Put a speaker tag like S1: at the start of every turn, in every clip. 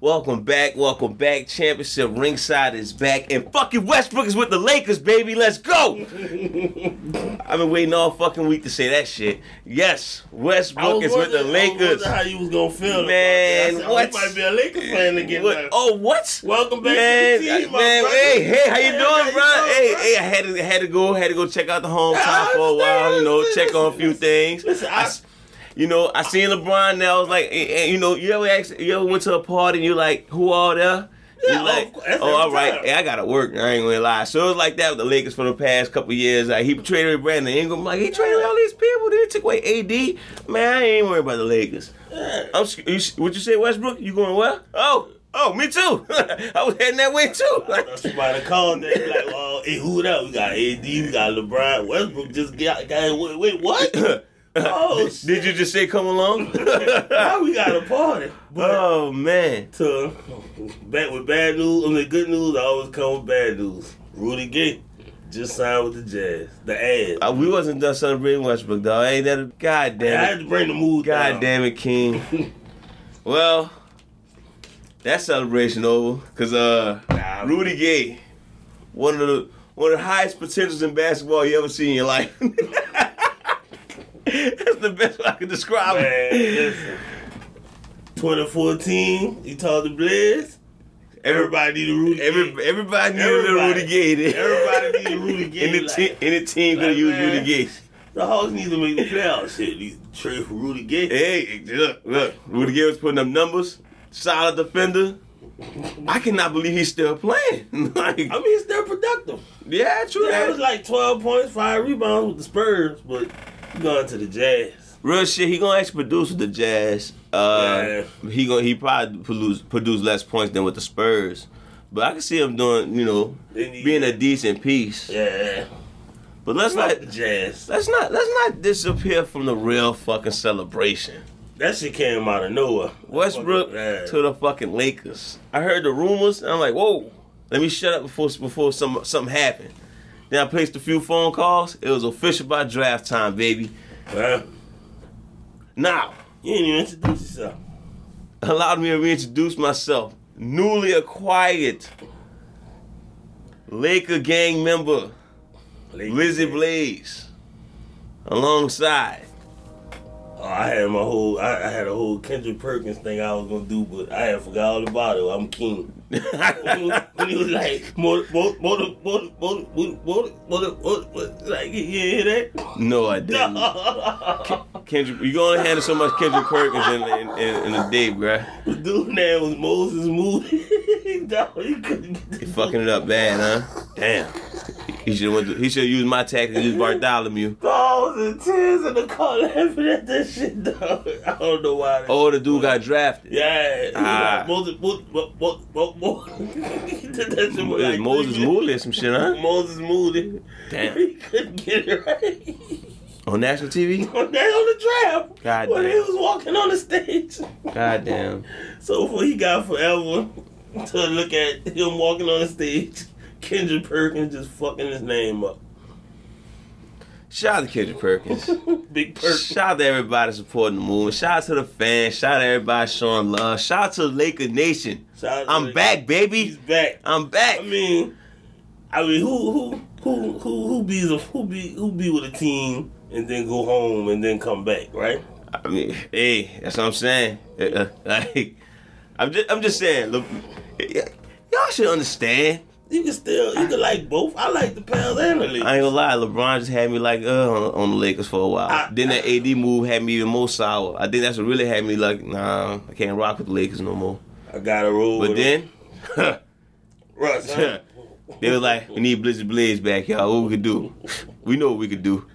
S1: Welcome back, welcome back. Championship ringside is back, and fucking Westbrook is with the Lakers, baby. Let's go. I've been waiting all fucking week to say that shit. Yes,
S2: I
S1: Westbrook
S2: was
S1: is with the
S2: wondering- I was
S1: Lakers.
S2: wondering How you was gonna feel?
S1: Man,
S2: about that. I said,
S1: what?
S2: You might be a Lakers fan again.
S1: What-
S2: now.
S1: Oh, what?
S2: Welcome back
S1: man,
S2: to the team, my
S1: man,
S2: brother.
S1: hey, hey, how you doing, bro?
S2: how you
S1: Hey,
S2: doing,
S1: hey, I had to, had to go, had to go check out the hometown
S2: I
S1: for a while,
S2: understand,
S1: you know,
S2: listen,
S1: check on a few
S2: listen,
S1: things.
S2: listen,
S1: I
S2: I-
S1: s- you know, I seen LeBron now. I was like, eh, eh, you know, you ever ask, you ever went to a party and you're like, who all there?
S2: Yeah,
S1: you
S2: of
S1: like,
S2: course, every
S1: oh, all right,
S2: time.
S1: Hey, I gotta work. I ain't gonna lie. So it was like that with the Lakers for the past couple years. Like he traded Brandon Ingram. Like he traded all these people. Then he took away AD. Man, I ain't worried about the Lakers. I'm, sc- you, s- what you say, Westbrook? You going where? Oh, oh, me too. I was heading that way too.
S2: Somebody called that be like, well, hey, who that? We got AD, we got LeBron, Westbrook just got got wait, wait what? oh shit.
S1: Did you just say come along?
S2: now we got a party. But
S1: oh man.
S2: to back with bad news, I mean good news, I always come with bad news. Rudy Gay just signed with the Jazz. The ass.
S1: Uh, we wasn't done celebrating Westbrook, dog. Ain't that a god
S2: I
S1: damn
S2: had
S1: it?
S2: to bring the mood
S1: God
S2: down.
S1: damn it, King. well, that celebration over. Cause uh
S2: Nah,
S1: Rudy Gay, one of the one of the highest potentials in basketball you ever seen in your life. That's the best way I could describe
S2: Man,
S1: it.
S2: listen. 2014, he told the Blizz. Everybody need a Rudy
S1: Every,
S2: Gay.
S1: everybody needed a Rudy Gay. then.
S2: Everybody need a Rudy Gay.
S1: Any,
S2: like-
S1: te- any team could
S2: like,
S1: have used
S2: man.
S1: Rudy Gay.
S2: The Hawks need to make the playoffs. Shit, these trade for Rudy Gay.
S1: Hey, look, look. Rudy Gay was putting up numbers. Solid defender. I cannot believe he's still playing. like,
S2: I mean, it's still productive.
S1: yeah, true.
S2: He
S1: that.
S2: averaged like 12 points, five rebounds with the Spurs, but he going to the Jazz.
S1: Real shit. He gonna actually produce with the Jazz. Uh, He gonna he probably produce produce less points than with the Spurs, but I can see him doing you know
S2: They need-
S1: being a decent piece.
S2: Yeah,
S1: But let's not
S2: fuck the Jazz.
S1: let's not let's not disappear from the real fucking celebration.
S2: That shit came out of nowhere.
S1: Westbrook
S2: Yeah.
S1: to the fucking Lakers. I heard the rumors and I'm like, whoa, let me shut up before before some something happened. Then I placed a few phone calls. It was official by draft time, baby.
S2: Huh?
S1: Now,
S2: you didn't even introduce yourself.
S1: allowed me to reintroduce myself. Newly acquired Laker gang member, Lizzie Blaze. Alongside.
S2: Oh, I had my whole, I, I had a whole Kendrick Perkins thing I was gonna do, but I had forgot all about it. I'm king. when he was, when he was like, motor, motor, motor, motor, motor, motor, motor, motor, motor, like, you hear that?
S1: no, I didn't. Kendrick, you gonna handle so much Kendrick Perkins in, in, in, in a day, bruh.
S2: The dude name was Moses Moody. Dog, he couldn't get the
S1: He fucking it up bad, huh? Damn. He should went. To, he should use my tactic. Use Bartholomew.
S2: balls and tears in Oh, the car laughing at that shit, dog. I don't know why.
S1: Oh, the dude got drafted.
S2: Yeah, he was
S1: Ah.
S2: like, Moses, Moses, Moses, Moses, Moses,
S1: It was Moses Mooley or some shit, huh?
S2: Moses Moody.
S1: Damn.
S2: He couldn't get it right.
S1: On national TV?
S2: on that on the draft.
S1: God
S2: when
S1: damn.
S2: he was walking on the stage.
S1: Goddamn.
S2: So for he got forever to look at him walking on the stage. Kendrick Perkins just fucking his name up.
S1: Shout out to Kendrick Perkins.
S2: Big Perkins.
S1: Shout out to everybody supporting the movement. Shout out to the fans. Shout out to everybody showing love. Shout out to Laker Nation.
S2: Shout out to
S1: I'm
S2: the-
S1: back,
S2: He's
S1: baby.
S2: back.
S1: I'm back.
S2: I mean, I mean, who who who who who be the who be who be with a team and then go home and then come back, right?
S1: I mean, hey, that's what I'm saying. Uh, uh, Like, I'm just, I'm just saying. Look, y- y- y'all should understand.
S2: You can still you can like both. I like the Pels and the Leafs.
S1: I ain't gonna lie, LeBron just had me like uh on, on the Lakers for a while.
S2: I-
S1: then that AD move had me even more sour. I think that's what really had me like, nah, I can't rock with the Lakers no more.
S2: I got a roll.
S1: But
S2: with him.
S1: then,
S2: Russ, huh?
S1: they was like, we need Blizzard Blaze back, y'all. What we could do? We know what we could do.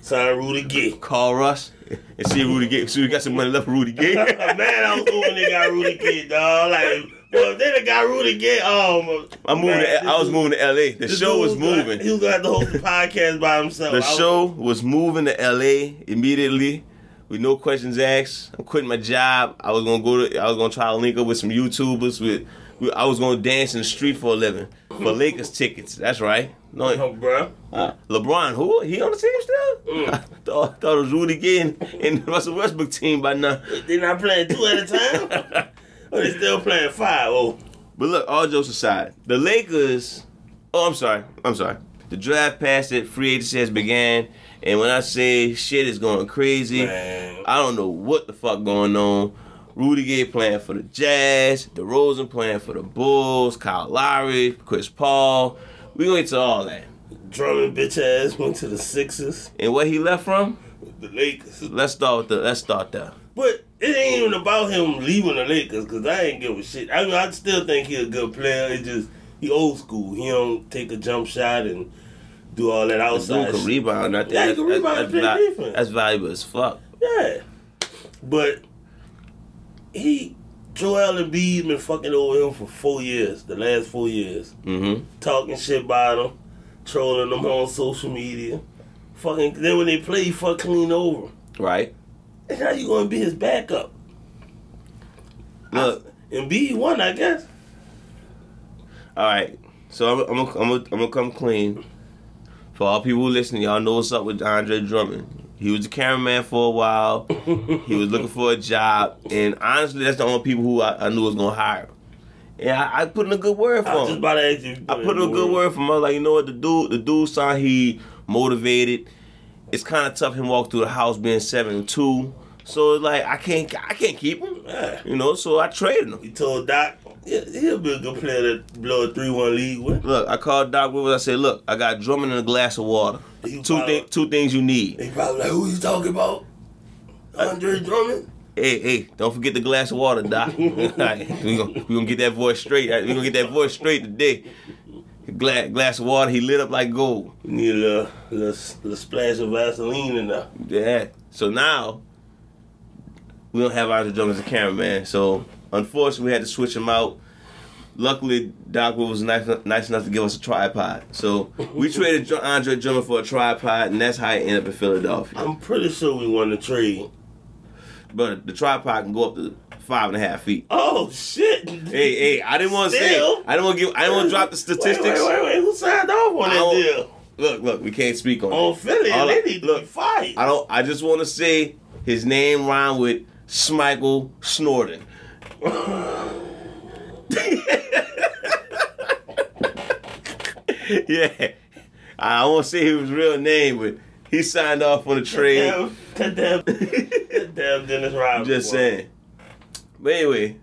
S2: sign Rudy Gay.
S1: Call Russ and see if Rudy Gay. See, if we got some money left for Rudy
S2: Man,
S1: Gay.
S2: I was when they got Rudy Gay, dog. Like, well, then they got Rudy Gay. Oh, my,
S1: I'm moving.
S2: man,
S1: To,
S2: this
S1: I was
S2: dude-
S1: moving to LA. The
S2: this
S1: show
S2: dude
S1: was
S2: gonna-
S1: moving.
S2: He was gonna have to host the podcast by himself.
S1: The
S2: I was-
S1: show was moving to LA immediately with no questions asked. I'm quitting my job. I was gonna go to I was gonna try to link up with some YouTubers with, with I was gonna dance in the street for a living. For Lakers tickets. That's right. No
S2: Oh, bruh.
S1: uh, LeBron, who he on the team still?
S2: Mm.
S1: I thought, thought it was Rudy Gay and, and the Russell Westbrook team by now.
S2: They not playing two at a time. Oh, they still playing five. Oh,
S1: But look, all jokes aside, the Lakers. Oh, I'm sorry. I'm sorry. The draft passed it. Free agency has began. And when I say shit is going crazy,
S2: man.
S1: I don't know what the fuck going on. Rudy Gay playing for the Jazz, DeRozan playing for the Bulls, Kyle Lowry, Chris Paul. We gonna get to all that.
S2: Drummond bitch ass went to the Sixers,
S1: And where he left from?
S2: the Lakers.
S1: Let's start with the let's start there.
S2: But it ain't even about him leaving the Lakers because I ain't give a shit. I mean, I still think he a good player. It just he old school. He don't take a jump shot and do all that
S1: The dude
S2: outside.
S1: can
S2: shit.
S1: rebound. I think
S2: Yeah, he can
S1: that's-
S2: rebound
S1: that's,
S2: and play
S1: val-
S2: defense.
S1: that's valuable as fuck.
S2: Yeah. But he Joel Embiid been fucking over him for four years, the last four years.
S1: Mm-hmm.
S2: Talking shit about him, trolling them on social media. Fucking then when they play he fuck clean over. him.
S1: Right.
S2: And how you gonna be his backup?
S1: Look.
S2: Embiid won, I guess.
S1: All right. So I'm I'm I'm I'm gonna come clean. For all people listening, y'all know what's up with Andre Drummond. He was a cameraman for a while. he was looking for a job, and honestly, that's the only people who I, I knew was gonna hire him. And I, I put in a good word
S2: I was
S1: for
S2: just
S1: him.
S2: about to ask you.
S1: I put in a good word for him. I was like, you know what, the dude, the dude sound he motivated. It's kind of tough him walk through the house being seven and two. So it's like I can't I can't keep him.
S2: Yeah.
S1: You know, so I traded him.
S2: He told Doc, yeah, he'll be a good player that blow a three one league with.
S1: Look, I called Doc Rivers. I said, "Look, I got Drummond and a glass of water.
S2: You
S1: Two
S2: probably-
S1: thi- two things you need.
S2: He probably like, who you talking about? Andre Drummond?
S1: Hey, hey, don't forget the glass of water, Doc. All right, we gonna we gonna get that voice straight. All right, We gonna get that voice straight today. Glass glass of water. He lit up like gold.
S2: We need a little, little, little splash of Vaseline in there.
S1: Yeah. So now we don't have Andre Drummond as a cameraman. So unfortunately, we had to switch him out. Luckily, Doc Rivers was nice, nice enough to give us a tripod. So we traded Dr- Andre Drummond for a tripod, and that's how it ended up in Philadelphia.
S2: I'm pretty sure we won the trade.
S1: But the tripod can go up to five and a half feet.
S2: Oh shit!
S1: Hey, hey, I didn't want to say.
S2: Still?
S1: I didn't want to give. I didn't want to drop the statistics.
S2: Wait, wait, wait, wait. Who signed off on
S1: I
S2: that
S1: don't-
S2: deal?
S1: Look, look, we can't speak on.
S2: On
S1: it.
S2: Philly,
S1: All I-
S2: they need to
S1: look,
S2: be fired.
S1: I don't. I just want to say his name rhymed with Smichael Snorton. yeah, I won't say his real name, but he signed off on the trade.
S2: Damn, that damn, that damn Dennis Rodman.
S1: I'm just saying. But anyway,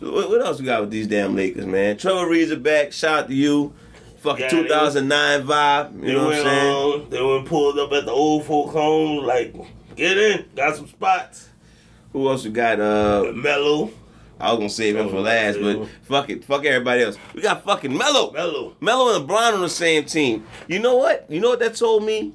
S1: what, what else we got with these damn Lakers, man? Trevor Reed's are back. Shout out to you. Fucking
S2: Yeah, they-
S1: 2009 vibe.
S2: They
S1: You know what I'm
S2: went
S1: saying?
S2: on. They went pulled up at the old folk home. Like, get in. Got some spots.
S1: Who else we got? Uh,
S2: Mellow,
S1: I was gonna save him for last, but fuck it. Fuck everybody else. We got fucking Melo.
S2: mellow.
S1: Melo and LeBron on the same team. You know what? You know what that told me?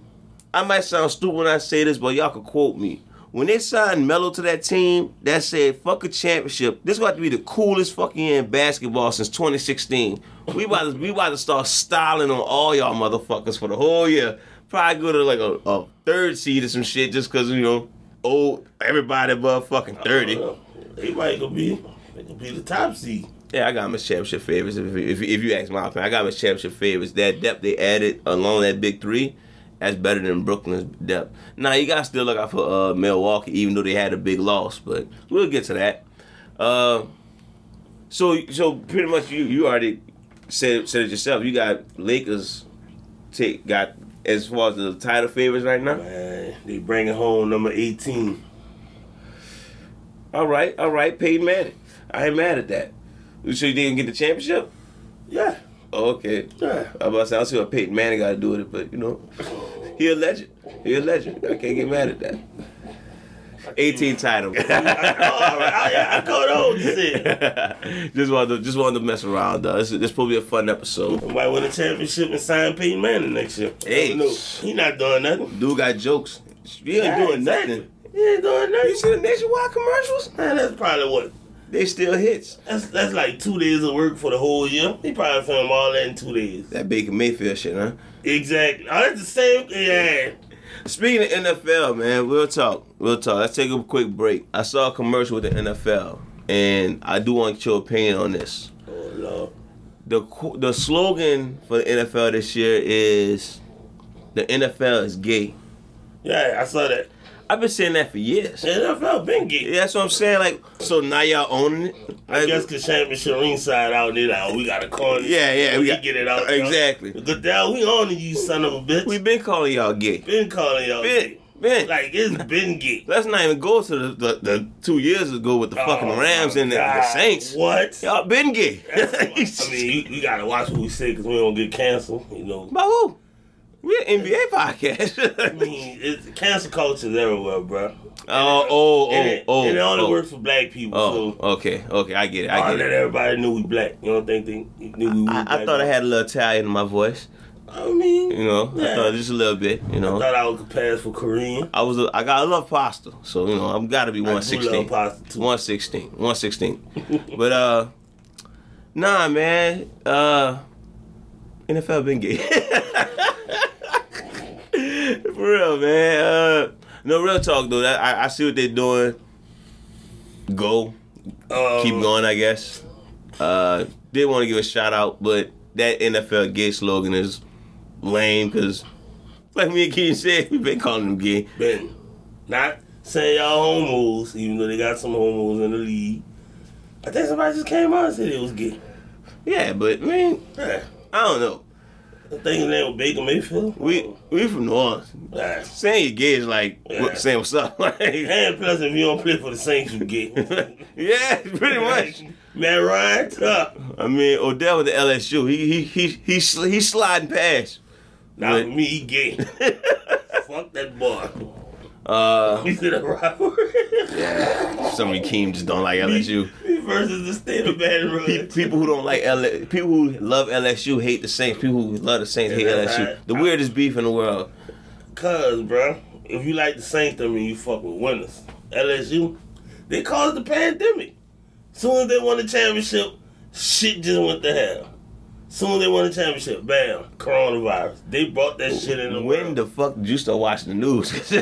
S1: I might sound stupid when I say this, but y'all can quote me. When they signed Melo to that team, that said, fuck a championship. This about to be the coolest fucking year in basketball since 2016. We about to, we about to start styling on all y'all motherfuckers for the whole year. Probably go to like a, a third seed or some shit just because, you know, old, everybody above fucking 30.
S2: uh, They might go be. They could be the top seed.
S1: Yeah, I got my championship favorites. If, if, if you ask my opinion, I got my championship favorites. That depth they added along that big three, that's better than Brooklyn's depth. Now you got to still look out for uh, Milwaukee, even though they had a big loss. But we'll get to that. Uh, so so pretty much you you already said said it yourself. You got Lakers take got as far as the title favorites right now.
S2: Man, they bringing home number 18.
S1: All right, all right, Peyton Manning. I ain't mad at that. So you didn't get the championship?
S2: Yeah,
S1: Okay.
S2: yeah.
S1: I'm about to say, I see what Peyton Manning got to do with it, but you know, he a legend. He a legend. I can't get mad at that. 18 title.
S2: All right, I, I, I caught on to it.
S1: just wanted to, just wanted to mess around. Though. This this probably a fun episode.
S2: Might win a championship and sign Peyton Manning next year.
S1: Hey.
S2: No, he not doing nothing.
S1: Dude got jokes. He ain't
S2: Yeah,
S1: doing
S2: exactly.
S1: nothing.
S2: He ain't doing nothing.
S1: You see the nationwide commercials?
S2: Man, that's probably what.
S1: They still hits.
S2: That's that's like two days of work for the whole year. He probably film all that in two days.
S1: That Baker Mayfield shit, huh?
S2: Exactly. Oh, that's the same. Yeah.
S1: Speaking of NFL, man, we'll talk. We'll talk. Let's take a quick break. I saw a commercial with the NFL, and I do want your opinion on this.
S2: Oh lord.
S1: the qu- the slogan for the NFL this year is the NFL is gay.
S2: Yeah, I saw that.
S1: I've been saying that for years.
S2: The NFL been getting.
S1: Yeah, that's what I'm saying. Like, so now y'all owning it.
S2: I guess the Shaman Shireen side out there, like, oh, we got to call it.
S1: Yeah, yeah,
S2: we,
S1: we got-
S2: get it out.
S1: Exactly.
S2: Goodell, we on to you, son of a bitch.
S1: we
S2: We
S1: been calling y'all gay.
S2: been calling y'all.
S1: Been,
S2: gay.
S1: been.
S2: Like it's been gay.
S1: Let's not even go to the, the, the two years ago with the fucking
S2: Oh,
S1: Rams
S2: my
S1: and the, the
S2: God.
S1: Saints.
S2: What?
S1: Y'all been gay.
S2: I mean, you, you gotta watch what we say because we don't get canceled. You know,
S1: By who? We an NBA
S2: I
S1: podcast.
S2: mean, it's, cancel culture is everywhere, bro.
S1: oh, oh,
S2: and
S1: oh,
S2: it,
S1: oh.
S2: and it only
S1: oh,
S2: works for black people.
S1: Oh,
S2: so
S1: okay, okay. I get it.
S2: I,
S1: I get
S2: let
S1: it.
S2: everybody know we black. You don't think they knew we?
S1: I, I thought I had a little Italian in my voice.
S2: I mean,
S1: You know, I
S2: Yeah.
S1: thought just a little bit. You
S2: I
S1: know,
S2: thought I was pass for Korean.
S1: I was. A, I got. I love pasta, so you know, I'm gotta be
S2: I do love
S1: 116.
S2: pasta too.
S1: 116. 116. but uh nah man, uh NFL been gay. For real, man. Uh no real talk though. That, I, I see what they're doing. Go.
S2: Um,
S1: Keep going, I guess. Uh did want to give a shout out, but that NFL gay slogan is lame because like me and Keen said, we've been calling them gay.
S2: Ben, not saying y'all homos, even though they got some homos in the league. I think somebody just came out and said it was gay.
S1: Yeah, but man,
S2: Yeah.
S1: I don't know.
S2: I think his name was Baker Mayfield.
S1: We we from New Orleans.
S2: Yeah.
S1: saying you're gay is like what, saying what's up. Like,
S2: And plus, if you don't play for the Saints, you gay.
S1: yeah, pretty much.
S2: Man, Ryan Tuck.
S1: I mean, Odell with the LSU, he he he he sl- he's sliding past.
S2: Not
S1: But-
S2: me, he gay. Fuck that boy.
S1: Uh,
S2: We see that rivalry.
S1: some of Keem just don't like LSU.
S2: Me versus the state of Baton
S1: Pe-
S2: Rouge.
S1: People who don't like L- people who love LSU hate the Saints. People who love the Saints hate
S2: Yeah,
S1: LSU.
S2: right.
S1: The weirdest beef in the world.
S2: Cause, bro, if you like the Saints, I mean, you fuck with winners. LSU, they caused the pandemic. Soon as they won the championship, shit just went to hell. Soon as they won the championship, bam, coronavirus. They brought that shit in the
S1: When
S2: world.
S1: the fuck did you start watching the news? the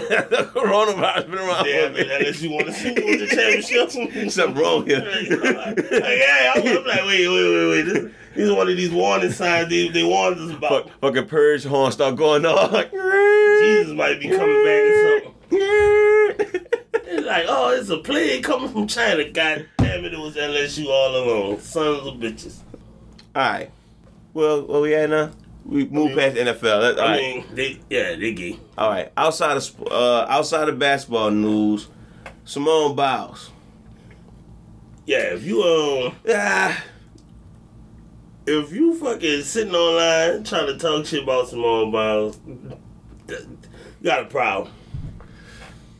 S1: coronavirus been around.
S2: Damn
S1: for a
S2: it,
S1: minute.
S2: LSU won the Super Bowl, the championship.
S1: Something wrong here.
S2: Like, yeah, I'm, I'm like, wait, wait, wait, wait. This, these are one of these warning signs they, they warned us about.
S1: Fuck, fucking purge horn start going off. Like,
S2: Jesus might be coming back or something.
S1: something.
S2: It's like, oh, it's a plague coming from China. God damn it, it was LSU all along. Sons of bitches.
S1: All right. Well, where we at now? We move
S2: mean-
S1: past NFL. That- all
S2: I
S1: right.
S2: mean, they, yeah, they gay.
S1: all right. Outside of sp- uh, outside of basketball news, Simone Biles.
S2: Yeah, if you um,
S1: Ah,
S2: if you fucking sitting online trying to talk shit about Simone Biles, th- you got a problem.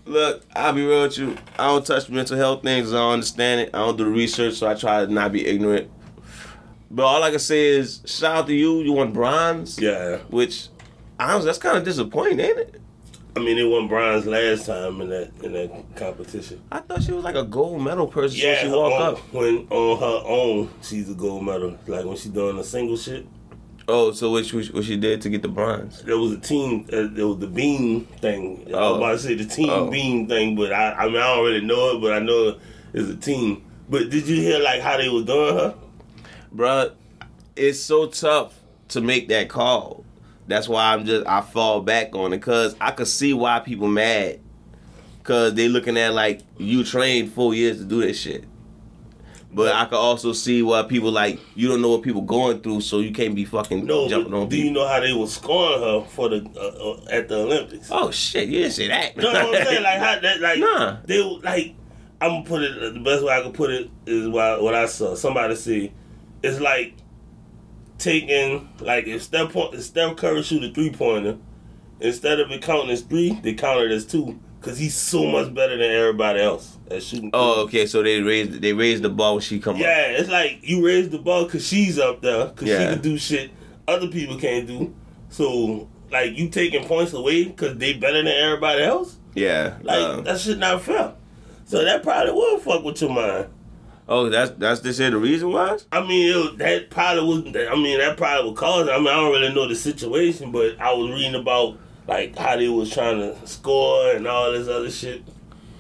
S1: look, I'll be real with you. I don't touch mental health things. 'cause I don't understand it. I don't do the research, so I try to not be ignorant. But all I can say is, shout out to you. You won bronze,
S2: Yeah,
S1: which honestly, that's kind of disappointing, ain't it?
S2: I mean, they won bronze last time in that in that competition.
S1: I thought she was like a gold medal person.
S2: Yeah,
S1: Yeah, she walk
S2: on,
S1: up.
S2: when on her own, she's a gold medal. Like when she doing a single shit,
S1: Oh, so what she, what she did to get the bronze?
S2: there was a team, uh, there was the beam thing. I
S1: Oh.
S2: was about to say the team
S1: Oh.
S2: beam thing, but I, I mean, I don't really know it, but I know it's a team. But did you hear like how they was doing her?
S1: bruh, it's so tough to make that call. That's why I'm just I fall back on it because I could see why people mad because they looking at like you trained four years to do this shit. But I could also see why people like you don't know what people going through, so you can't be fucking
S2: No,
S1: jumping
S2: but
S1: on
S2: do you
S1: people.
S2: know how they was scoring her for the uh, uh, at the Olympics?
S1: Oh shit, you didn't say that.
S2: You know what I'm saying? Like how that like
S1: Nah.
S2: they were, like I'm gonna put it the best way I could put it is why what I saw somebody see. It's like taking like if Steph point if Steph Curry shoot a three pointer, instead of it counting as three, they count it as two because he's so much better than everybody else at shooting.
S1: oh,
S2: threes.
S1: okay. So they raised they raised the ball when she come up.
S2: yeah, it's like you raise the ball because she's up there because
S1: Yeah.
S2: she can do shit other people can't do. So like you taking points away because they better than everybody else.
S1: Yeah.
S2: Like
S1: um,
S2: that shit not fair. So that probably will fuck with your mind.
S1: oh, that's that's this here the reason why.
S2: I mean, it, was- that probably was. I mean, that probably would cause. it. I mean, I don't really know the situation, but I was reading about like how they was trying to score and all this other shit.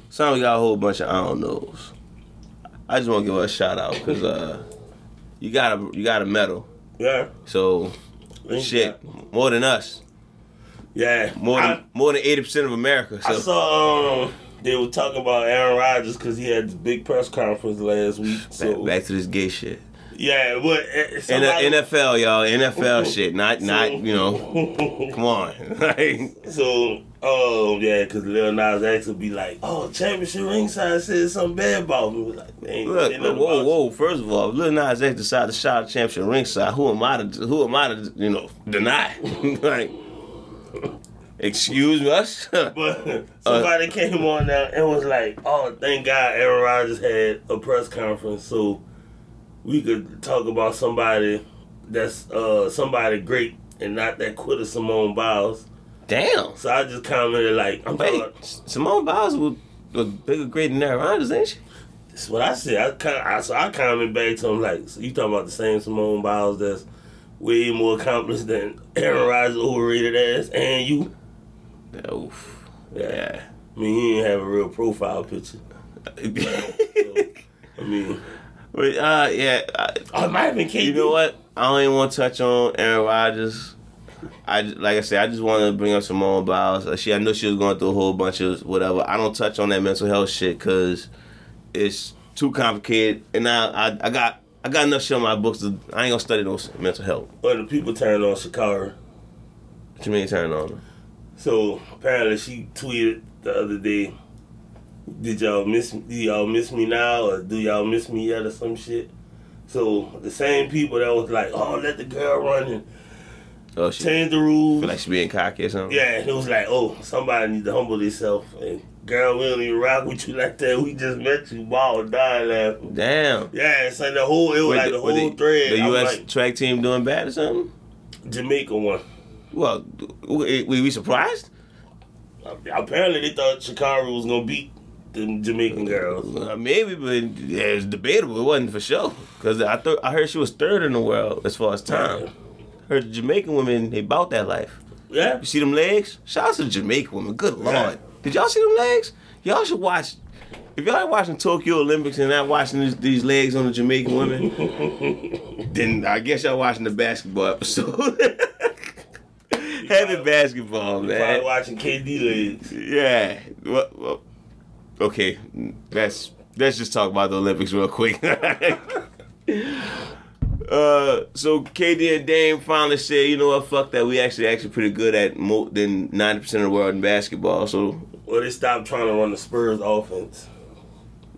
S1: Sound we got a whole bunch of I don't knows. I just want to give her a shout out because uh, you got a you got a medal,
S2: Yeah.
S1: so
S2: Thank
S1: shit more than us.
S2: Yeah,
S1: More than
S2: I-
S1: more than eighty percent of America. So
S2: I saw um they were talking about Aaron Rodgers because he had this big press conference last week.
S1: back,
S2: So
S1: back to this gay shit.
S2: yeah, but uh,
S1: In the
S2: somebody,
S1: NFL, y'all, NFL
S2: Mhm.
S1: shit. Not not you know. Come on, like
S2: so oh yeah, because Lil Nas X would be like, oh championship ringside said something bad about me. Like man,
S1: look,
S2: ain't
S1: look,
S2: nothing
S1: whoa,
S2: about
S1: whoa. First of all, if Lil Nas X decided to shout a championship ringside, who am I to who am I to you know deny? like, excuse us.
S2: But
S1: Uh,
S2: somebody came on now and was like, "Oh, thank God Aaron Rodgers had a press conference so we could talk about somebody that's uh somebody great and not that quitter Simone Biles."
S1: Damn.
S2: So I just commented like, "I'm
S1: Wait,
S2: talking,
S1: Simone Biles was, was bigger great than Aaron Rodgers, ain't she?
S2: that's what I said." I, kind I so I commented back to him like, so "You talking about the same Simone Biles that's way more accomplished than Aaron Rodgers overrated ass and you?"
S1: Yeah, Oof.
S2: Yeah.
S1: Yeah.
S2: I mean, he didn't have a real profile picture. So, I mean,
S1: but uh, yeah. I,
S2: oh, it might have been KD.
S1: you know what? I don't even want to touch on Aaron Rodgers. I ju- like I said, I just wanted to bring up Simone Biles. Uh, She, I knew she was going through a whole bunch of whatever. I don't touch on that mental health shit because it's too complicated, and I, I, I got. I got enough shit on my books. To, I ain't gonna study no s- mental health.
S2: Well, the people turned on Shakara.
S1: What you mean turn on? her?
S2: So apparently she tweeted the other day, "Did y'all miss? Do y'all miss me now, or do y'all miss me yet, or some shit?" So the same people that was like, "Oh, let the girl run and
S1: Oh, she feel
S2: change the rules,"
S1: like she being cocky or something.
S2: yeah, and it was like, "Oh, somebody need to humble themselves." And girl, we don't even rock with you like that. We just met you, ball, die laughing.
S1: Damn.
S2: Yeah, so the whole it was
S1: Wait,
S2: like the,
S1: were
S2: whole thread.
S1: The
S2: I'm
S1: U.S.
S2: like,
S1: track team doing bad or something?
S2: Jamaica one.
S1: Well, we, we we surprised?
S2: Apparently they thought Shakara was gonna beat the Jamaican girls.
S1: Uh, maybe, but yeah, it was debatable. It wasn't for sure. Because I, thought I heard she was third in the world as far as time. Heard the Jamaican women, they bought that life.
S2: Yeah.
S1: You see them legs? Shout out to the Jamaican women. Good lord.
S2: Yeah.
S1: Did y'all see them legs? Y'all should watch. If y'all ain't watching Tokyo Olympics and not watching these, these legs on the Jamaican women, then I guess y'all watching the basketball episode. Heavy
S2: probably-
S1: basketball, man.
S2: Probably watching KD legs.
S1: Yeah. Well, well, okay. Let's let's just talk about the Olympics real quick. uh, so KD and Dame finally said, you know what, fuck that. We actually actually pretty good at more than ninety percent of the world in basketball. So
S2: Or they stopped trying to run the Spurs offense.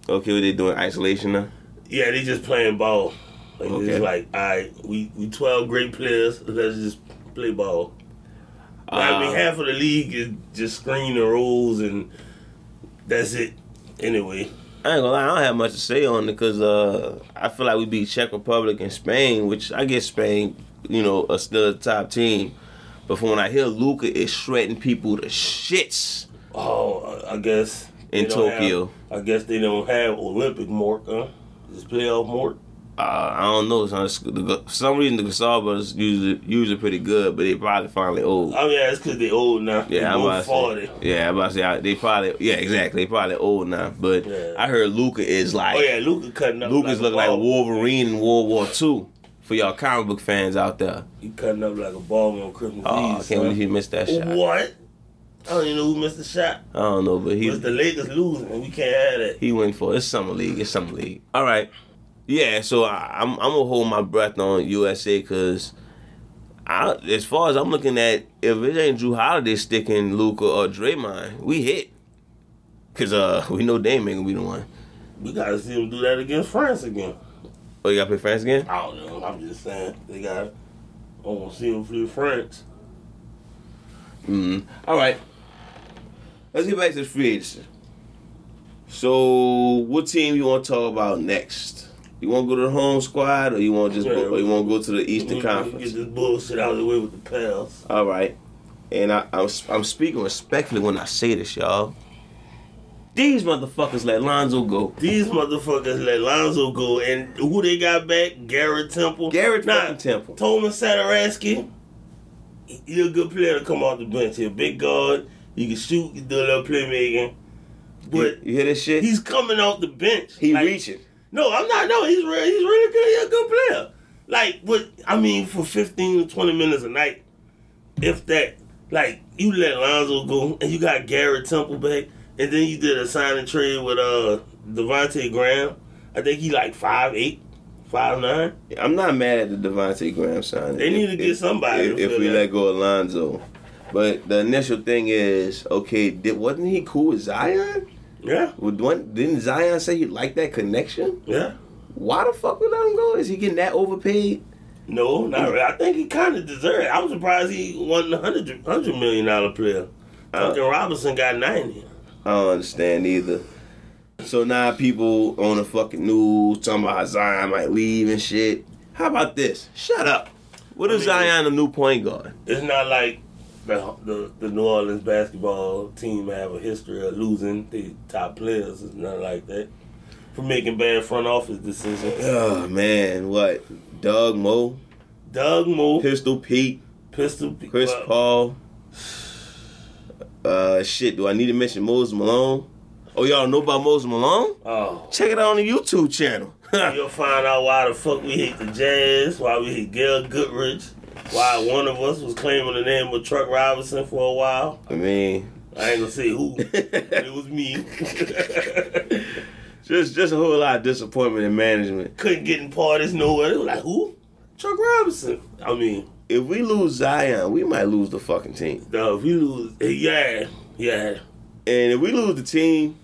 S1: okay, what they doing isolation now?
S2: Yeah, they just playing ball. Like it's
S1: Okay.
S2: like, all right, we, we twelve great players. Let's just play ball. I mean,
S1: Uh,
S2: half of the league is just screen the rules and that's it.
S1: I
S2: Anyway,
S1: ain't gonna lie, I don't have much to say on it because uh, I feel like we beat Czech Republic and Spain, which I guess Spain, you know, are still a top team. But from when I hear Luca is shredding people to shits,
S2: oh, I- I guess they
S1: In
S2: don't
S1: Tokyo.
S2: have- I guess they don't have Olympic mark, huh? Just playoff mark.
S1: uh, I don't know. Son, it's- the- For some reason, the Gasol brothers usually usually pretty good, but they probably finally old.
S2: Oh yeah, it's because they old now.
S1: Yeah,
S2: they
S1: I'm about
S2: both
S1: to say.
S2: forty.
S1: Yeah, I'm about to say I- they probably. Yeah, exactly. They probably old now. But
S2: Yeah.
S1: I heard Luca is like
S2: Oh yeah, Luca cutting up.
S1: Luca's
S2: a
S1: looking like
S2: ball.
S1: Wolverine in World War II for y'all comic book fans out there.
S2: He cutting up like a ball on Christmas
S1: Oh, I
S2: Eve.
S1: can't
S2: son.
S1: believe he missed that shot.
S2: What? I don't even know who missed the shot.
S1: I don't know, but
S2: But the
S1: he
S2: Lakers losing, and we can't have that.
S1: he went for it. it's summer league. It's summer league. All right, yeah. So I, I'm I'm gonna hold my breath on USA because I as far as I'm looking at, if it ain't Drew Holiday sticking Luca or Draymond, we hit. Cause uh we know Dame ain't gonna be the one.
S2: We gotta see him do that against France again.
S1: Oh, you gotta play France again?
S2: I don't know. I'm just saying they got. I want to see him play France.
S1: Mm. All right. Let's get back to the free agency. So, what team you want to talk about next? You want to go to the home squad, or you want to just, go, or you want to go to the
S2: We-
S1: Eastern
S2: we
S1: Conference?
S2: Get this bullshit out of the way with the pals.
S1: All right. And I, I'm, I'm speaking respectfully when I say this, y'all. These motherfuckers let Lonzo go.
S2: These motherfuckers let Lonzo go, and who they got back? Garrett Temple.
S1: Garrett
S2: Nah,
S1: fucking Temple.
S2: Thomas Sadaransky, you're a good player to come off the bench. He a big guard. You can shoot. You do a little playmaking. But
S1: you, you hear this shit?
S2: he's coming off the bench.
S1: he
S2: Like,
S1: reaching.
S2: No, I'm not. No, he's real. He's really good. He's a good player. Like, but I mean, for 15 to 20 minutes a night, if that. like you let Lonzo go and you got Garrett Temple back, and then you did a sign and trade with uh Devontae Graham. I think he like five eight, five nine.
S1: I'm not mad at the Devontae Graham signing.
S2: They need to
S1: If-
S2: get somebody
S1: If,
S2: to
S1: if
S2: fill
S1: we
S2: that.
S1: let go of Lonzo, but the initial thing is okay. Did wasn't he cool with Zion?
S2: Yeah,
S1: Would one- Didn't Zion say he liked that connection?
S2: yeah.
S1: Why the fuck would let him go? Is he getting that overpaid?
S2: No, not really. I think he kind of deserved. it. I was surprised he won the hundred hundred million dollar player. Duncan Robinson got ninety.
S1: I don't understand either. So now people on the fucking news talking about how Zion might leave and shit. How about this? Shut up. What if
S2: I mean-
S1: Zion a new point guard?
S2: It's not like the, the the New Orleans basketball team have a history of losing the top players. It's not like that. For making bad front office decisions.
S1: Oh man, what? Doug Moe,
S2: Doug Moore,
S1: Pistol Pete,
S2: Pistol,
S1: Chris
S2: well,
S1: Paul. Uh, shit. Do I need to mention Moses Malone? Oh, y'all know about Moses Malone?
S2: Oh,
S1: Check it out on the YouTube channel.
S2: you'll find out why the fuck we hate the Jazz, why we hate Gail Goodrich, why one of us was claiming the name of Truck Robinson for a while.
S1: I mean,
S2: I ain't gonna say who, but it was me.
S1: just just a whole lot of disappointment in management.
S2: Couldn't get in parties nowhere. They were like, who? Chuck Robinson. I mean,
S1: if we lose Zion, we might lose the fucking team.
S2: no, if we lose, eh, yeah, yeah.
S1: And if we lose the team,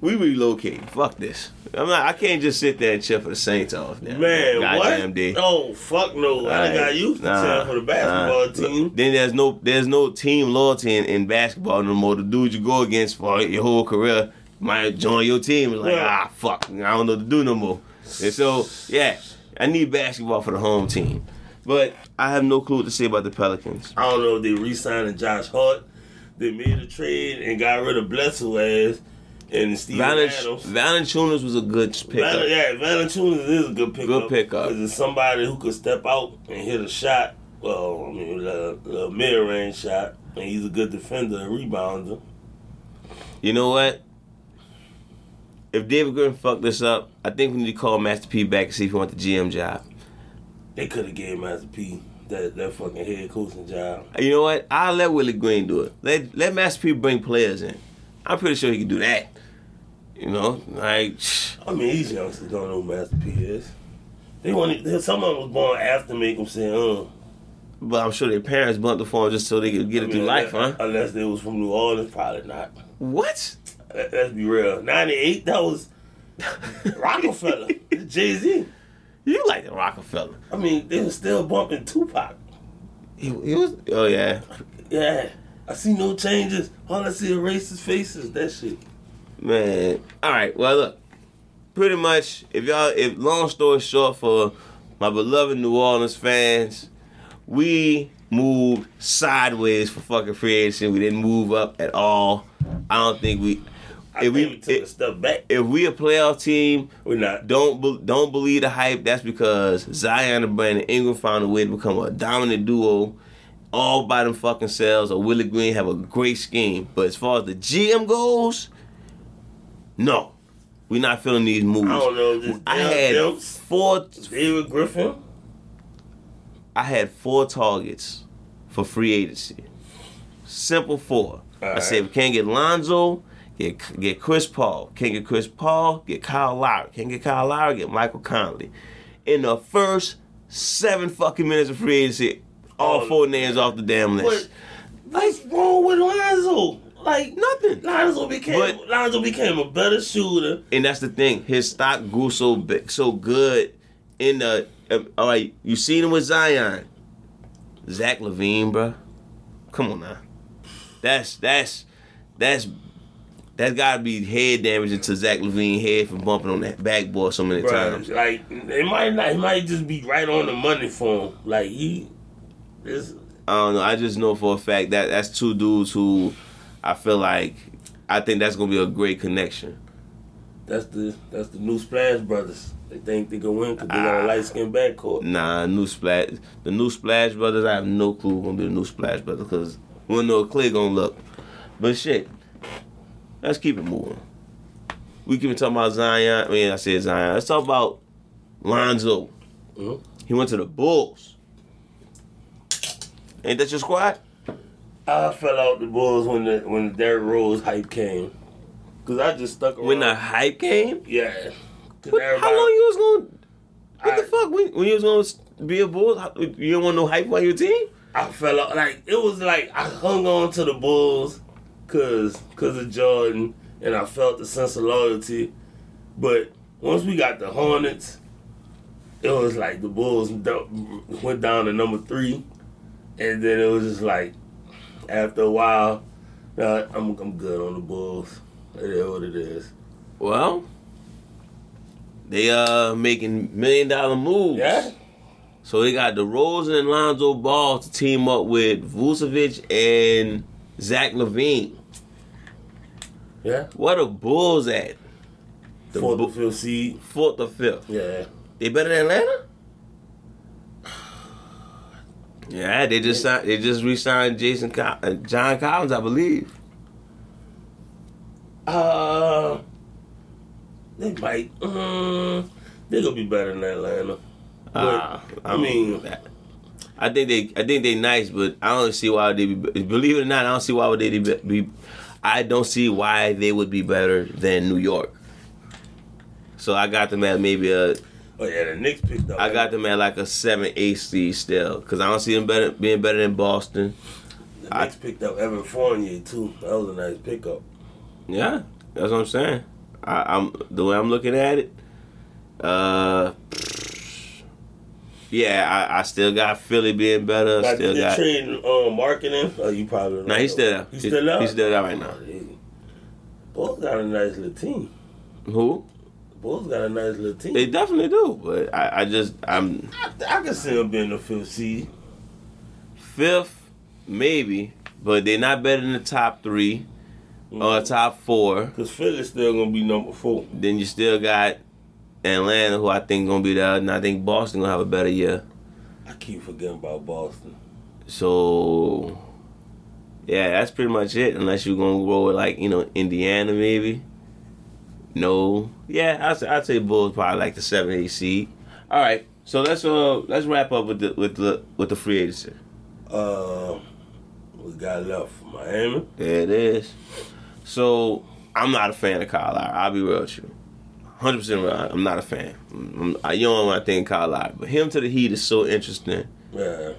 S1: we relocate. Fuck this. I'm not. I can't just sit there and cheer for the Saints off now.
S2: Man,
S1: Goddamn
S2: what?
S1: Day.
S2: Oh, fuck no. I done got used to
S1: Nah,
S2: cheering for the basketball
S1: nah.
S2: team.
S1: Then there's no there's no team loyalty in, in basketball no more. The dude you go against for your whole career might join your team. It's Like
S2: Yeah.
S1: ah fuck, I don't know what to do no more. And so yeah, I need basketball for the home team. But I have no clue what to say about the Pelicans.
S2: I don't know if they re-signed Josh Hart. They made a trade and got rid of Blessel ass and Steven
S1: Valanch-
S2: Adams.
S1: Valanciunas was a good pickup.
S2: Val- yeah, Valanciunas is a good pickup.
S1: Good pickup.
S2: Because it's somebody who could step out and hit a shot. Well, I mean, a, a mid-range shot. And he's a good defender and rebounder.
S1: You know what? If David Griffin fucked this up, I think we need to call Master P back and see if he wants the GM job.
S2: They could have gave Master P that, that fucking head coaching job.
S1: You know what? I'll let Willie Green do it. Let let Master P bring players in. I'm pretty sure he can do that. You know, like
S2: I mean, these youngsters don't know who Master P is. They want some of them was born after make them say, uh.
S1: but I'm sure their parents bumped the phone just so they could get it through life, huh?
S2: Unless they was from New Orleans, probably not.
S1: What?
S2: Let- Let's be real. 98, that was Rockefeller, Jay Z.
S1: You like the Rockefeller.
S2: I mean, they was still bumping Tupac.
S1: He, he was Oh yeah.
S2: Yeah. I see no changes. All I see are racist faces. That shit.
S1: Man. All right. Well, look. Pretty much, if y'all, if long story short, for my beloved New Orleans fans, we moved sideways for fucking free agency. We didn't move up at all. I don't think we.
S2: I
S1: If
S2: think we,
S1: we
S2: took a
S1: if,
S2: step back.
S1: if we a playoff team,
S2: We're not.
S1: don't be, don't believe the hype. That's because Zion and Brandon Ingram found a way to become a dominant duo, all by them fucking selves. Or Willie Green have a great scheme, but as far as the GM goes, no, we're not feeling these moves.
S2: I don't know. Just
S1: I
S2: Dell-
S1: had
S2: Dell-
S1: four.
S2: David Griffin.
S1: I had four targets for free agency. Simple four. I
S2: Alright.
S1: said we can't get Lonzo, get get Chris Paul, can't get Chris Paul, get Kyle Lowry, can't get Kyle Lowry, get Michael Conley. In the first seven fucking minutes of free agency, all
S2: Oh,
S1: four names off the damn
S2: What?
S1: list.
S2: What's wrong with Lonzo? Like
S1: Nothing.
S2: Lonzo became
S1: But-
S2: Lonzo became a better shooter.
S1: And that's the thing. His stock grew so big, so good. In the um, all right, you seen him with Zion, Zach Levine, bruh. Come on now, that's that's that's that's gotta be head damaging to Zach Levine head from bumping on that backboard so many
S2: Bruh,
S1: times.
S2: like it might not, it might just be right on the money for him. Like he, this
S1: I don't know. I just know for a fact that that's two dudes who I feel like I think that's gonna be a great connection.
S2: that's the that's the new Splash Brothers. They think they can win because they
S1: Ah.
S2: got a light skinned backcourt.
S1: Nah, new splash. The new Splash Brothers. I have no clue who gonna be the new Splash Brothers because we don't know what Clay gonna look. But shit, let's keep it moving. We keep talking about Zion. I mean, I said Zion. Let's talk about Lonzo.
S2: Mhm.
S1: He went to the Bulls. Ain't that your squad?
S2: I fell out the Bulls when the when the Derrick Rose hype came, cause I just stuck around.
S1: When the hype came,
S2: yeah, 'Cause
S1: What- how
S2: everybody-
S1: long you was gonna? What the
S2: I-
S1: fuck? When, when you was gonna s- be a Bulls? how- You didn't want no hype on your team?
S2: I fell out. Like it was like I hung on to the Bulls, cause cause of Jordan, and I felt the sense of loyalty. But once we got the Hornets, it was like the Bulls d- went down to number three, and then it was just like after a while, uh, I'm I'm good on the Bulls. It is what it is.
S1: Well, they uh making million dollar moves.
S2: Yeah.
S1: So they got DeRozan and Lonzo Ball to team up with Vucevic and Zach Levine.
S2: Yeah.
S1: Where the Bulls at?
S2: The
S1: The
S2: Fourth
S1: Bu-
S2: or fifth seed.
S1: Fourth or fifth?
S2: Yeah.
S1: They better than Atlanta? Yeah, they just signed, they just re-signed Jason Col- uh, John Collins, I believe.
S2: Uh, they might. Um, they gonna be better than Atlanta. But,
S1: Uh,
S2: I mean,
S1: I think they I think they nice, but I don't see why they be, believe it or not. I don't see why would they be, be. I don't see why they would be better than New York. So I got them at maybe a
S2: oh yeah, the Knicks picked up.
S1: I got them at like a seven eight seed still because I don't see them better being better than Boston.
S2: The Knicks picked up Evan Fournier too. That was a nice pickup.
S1: Yeah, that's what I'm saying. I, I'm the way I'm looking at it. Uh, yeah, I, I still got Philly being better.
S2: Like,
S1: still
S2: they
S1: got
S2: trading um, marketing. Oh, you probably.
S1: no, he's still there.
S2: He's still there.
S1: He's still there right now.
S2: Bulls got a nice little team.
S1: Who?
S2: Bulls got a nice little team.
S1: They definitely do, but I, I just I'm
S2: I, I can see them being the fifth seed.
S1: fifth, maybe, but they're not better than the top three or top four.
S2: Cause Philly's still gonna be number four.
S1: Then you still got Atlanta, who I think gonna be there, and I think Boston gonna have a better year.
S2: I keep forgetting about Boston.
S1: So yeah, that's pretty much it. Unless you're gonna go with like you know Indiana maybe. No, yeah, I'd say, I'd say Bulls probably like the seven eight seed. All right, so let's uh let's wrap up with the with the with the free agency.
S2: Uh, we got left Miami.
S1: There it is. So I'm not a fan of Kyle Lowry. I'll be real with you. 100% real. I'm not a fan. I'm, I, you don't want to think Kyle Lowry. But him to the Heat is so interesting.
S2: Yeah.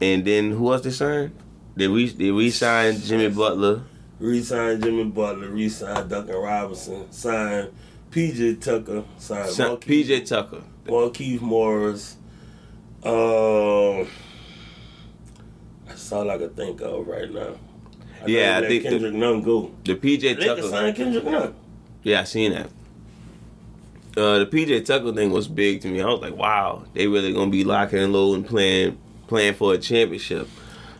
S1: And then who else they signed? They re they re-signed Jimmy Butler.
S2: Resign Jimmy Butler, resign Duncan Robinson, sign PJ Tucker, sign
S1: Son-
S2: Marquise-
S1: PJ Tucker.
S2: Marquise Morris. Um, that's all I could think of right now. I
S1: Yeah, I
S2: let
S1: think the-
S2: Kendrick Nunn go.
S1: The PJ
S2: They could
S1: Tucker.
S2: sign Kendrick Nunn.
S1: Yeah, I seen that. Uh, the PJ Tucker thing was big to me. I was like, wow, they really gonna be locking and low and playing playing for a championship.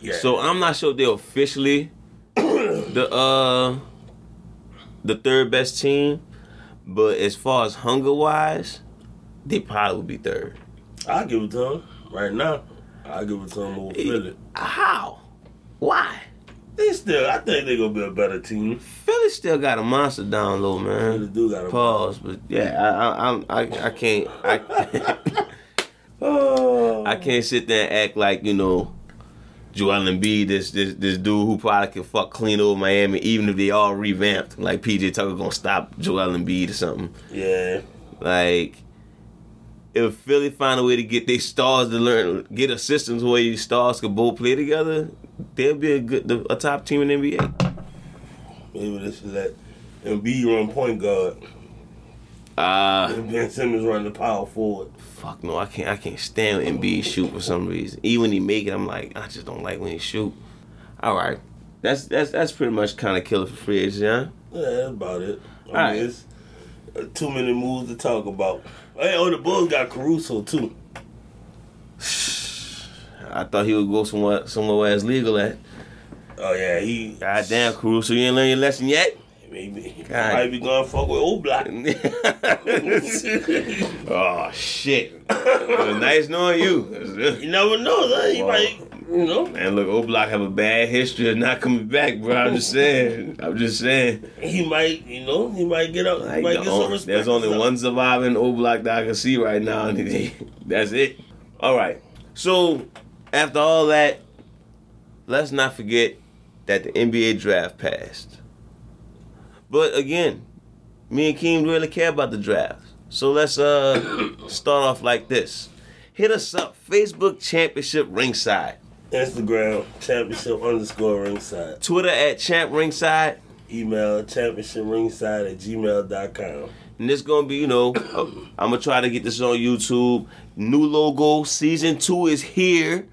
S2: Yeah.
S1: So uh, I'm not sure they're officially the uh the third best team, but as far as hunger wise, they probably would be third.
S2: I give it to him right now. I give it to him over Philly.
S1: How? Why?
S2: They still, I think they gonna be a better team.
S1: Philly still got a monster down low,
S2: Philly
S1: man.
S2: do got a
S1: Pause, but yeah, I I I'm- I, I can't I
S2: Oh,
S1: I can't sit there and act like you know. Joel Embiid, this this this dude who probably can fuck clean over Miami, even if they all revamped. Like PJ Tucker gonna stop Joel Embiid or something.
S2: yeah.
S1: Like, if Philly find a way to get their stars to learn, get a systems where your stars could both play together, they'll be a good, a top team in the NBA.
S2: Maybe they should let Embiid run point guard
S1: Uh
S2: and Ben Simmons run the power forward.
S1: fuck no, I can't, I can't stand when Embiid shoot for some reason. Even when he make it, I'm like, I just don't like when he shoot. All right, that's that's that's pretty much kind of killer for free agents, yeah.
S2: Yeah, that's about it. I mean,
S1: Alright.
S2: it's uh, too many moves to talk about. Hey, oh, the Bulls got Caruso too.
S1: I thought he would go somewhere somewhere where it's legal at.
S2: Oh yeah, he
S1: Goddamn, Caruso, you ain't learned your lesson yet.
S2: maybe
S1: God.
S2: might be going fuck with Oblak. you
S1: oh shit! It was nice knowing you.
S2: never know, though. He
S1: Wow.
S2: might, you know,
S1: Man, look, O Block have a bad history of not coming back, bro. I'm just saying. I'm just saying.
S2: he might, you know, he might get up. He
S1: Like,
S2: might
S1: the
S2: get
S1: on-
S2: some respect.
S1: there's only
S2: or something.
S1: one surviving O Block that I can see right now, and he- that's it. All right. So after all that, let's not forget that the NBA draft passed. But again, me and Keem really care about the draft. So let's uh start off like this. Hit us up, Facebook Championship Ringside,
S2: Instagram championship underscore ringside.
S1: Twitter at Champ Ringside,
S2: Email championship ringside at gmail.com.
S1: and it's gonna be you know I'm gonna try to get this on YouTube. New logo, season two is here.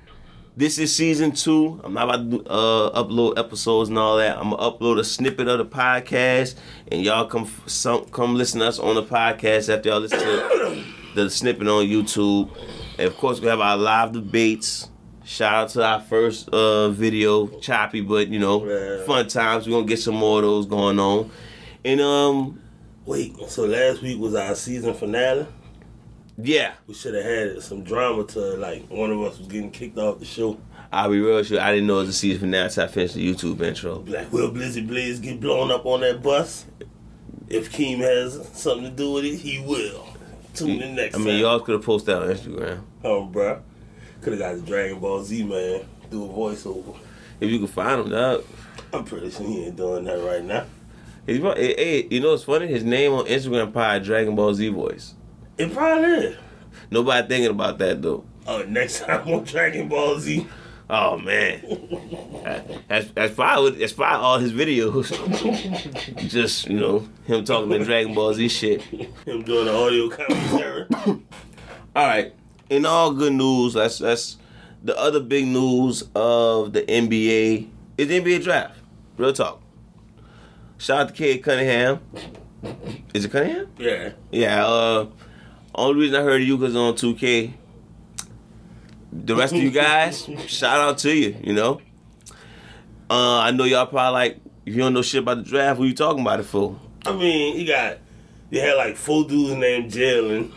S1: This is season two. I'm not about to do, uh, upload episodes and all that. I'm gonna upload a snippet of the podcast, and y'all come f- some, come listen to us on the podcast after y'all listen to the snippet on YouTube. And of course, we have our live debates. Shout out to our first uh, video, choppy, but you know,
S2: Yeah.
S1: fun times. We're gonna get some more of those going on. And um,
S2: Wait, so last week was our season finale?
S1: yeah,
S2: We should have had some drama to it, like one of us was getting kicked off the show.
S1: I'll be real sure. I didn't know it was a season finale until I finished the YouTube intro.
S2: Like, will Blizzy Blaze get blown up on that bus? If Keem has something to do with it, he will. Tune in next
S1: I
S2: time.
S1: mean, y'all could have posted that on Instagram.
S2: Oh, bruh. Could have got the Dragon Ball Z man do a voiceover.
S1: If you can find him, dog.
S2: I'm pretty sure he ain't doing that right now.
S1: He's, pro- hey, hey, you know what's funny? His name on Instagram probably Dragon Ball Z voice.
S2: It probably is.
S1: Nobody thinking about that though.
S2: Oh, next time on Dragon Ball Z.
S1: Oh man, That- that's that's probably what- that's probably all his videos. Just you know him talking the Dragon Ball Z shit.
S2: Him doing the audio commentary.
S1: All right. In all good news, that's that's the other big news of the NBA is the NBA draft. Real talk. Shout out to Kid Cunningham. Is it Cunningham?
S2: yeah.
S1: Yeah, uh only reason I heard of you cause on 2K. The rest of you guys, shout out to you, you know. Uh I know y'all probably like if you don't know shit about the draft, who you talking about it for?
S2: I mean, you got, you had like four dudes named Jalen.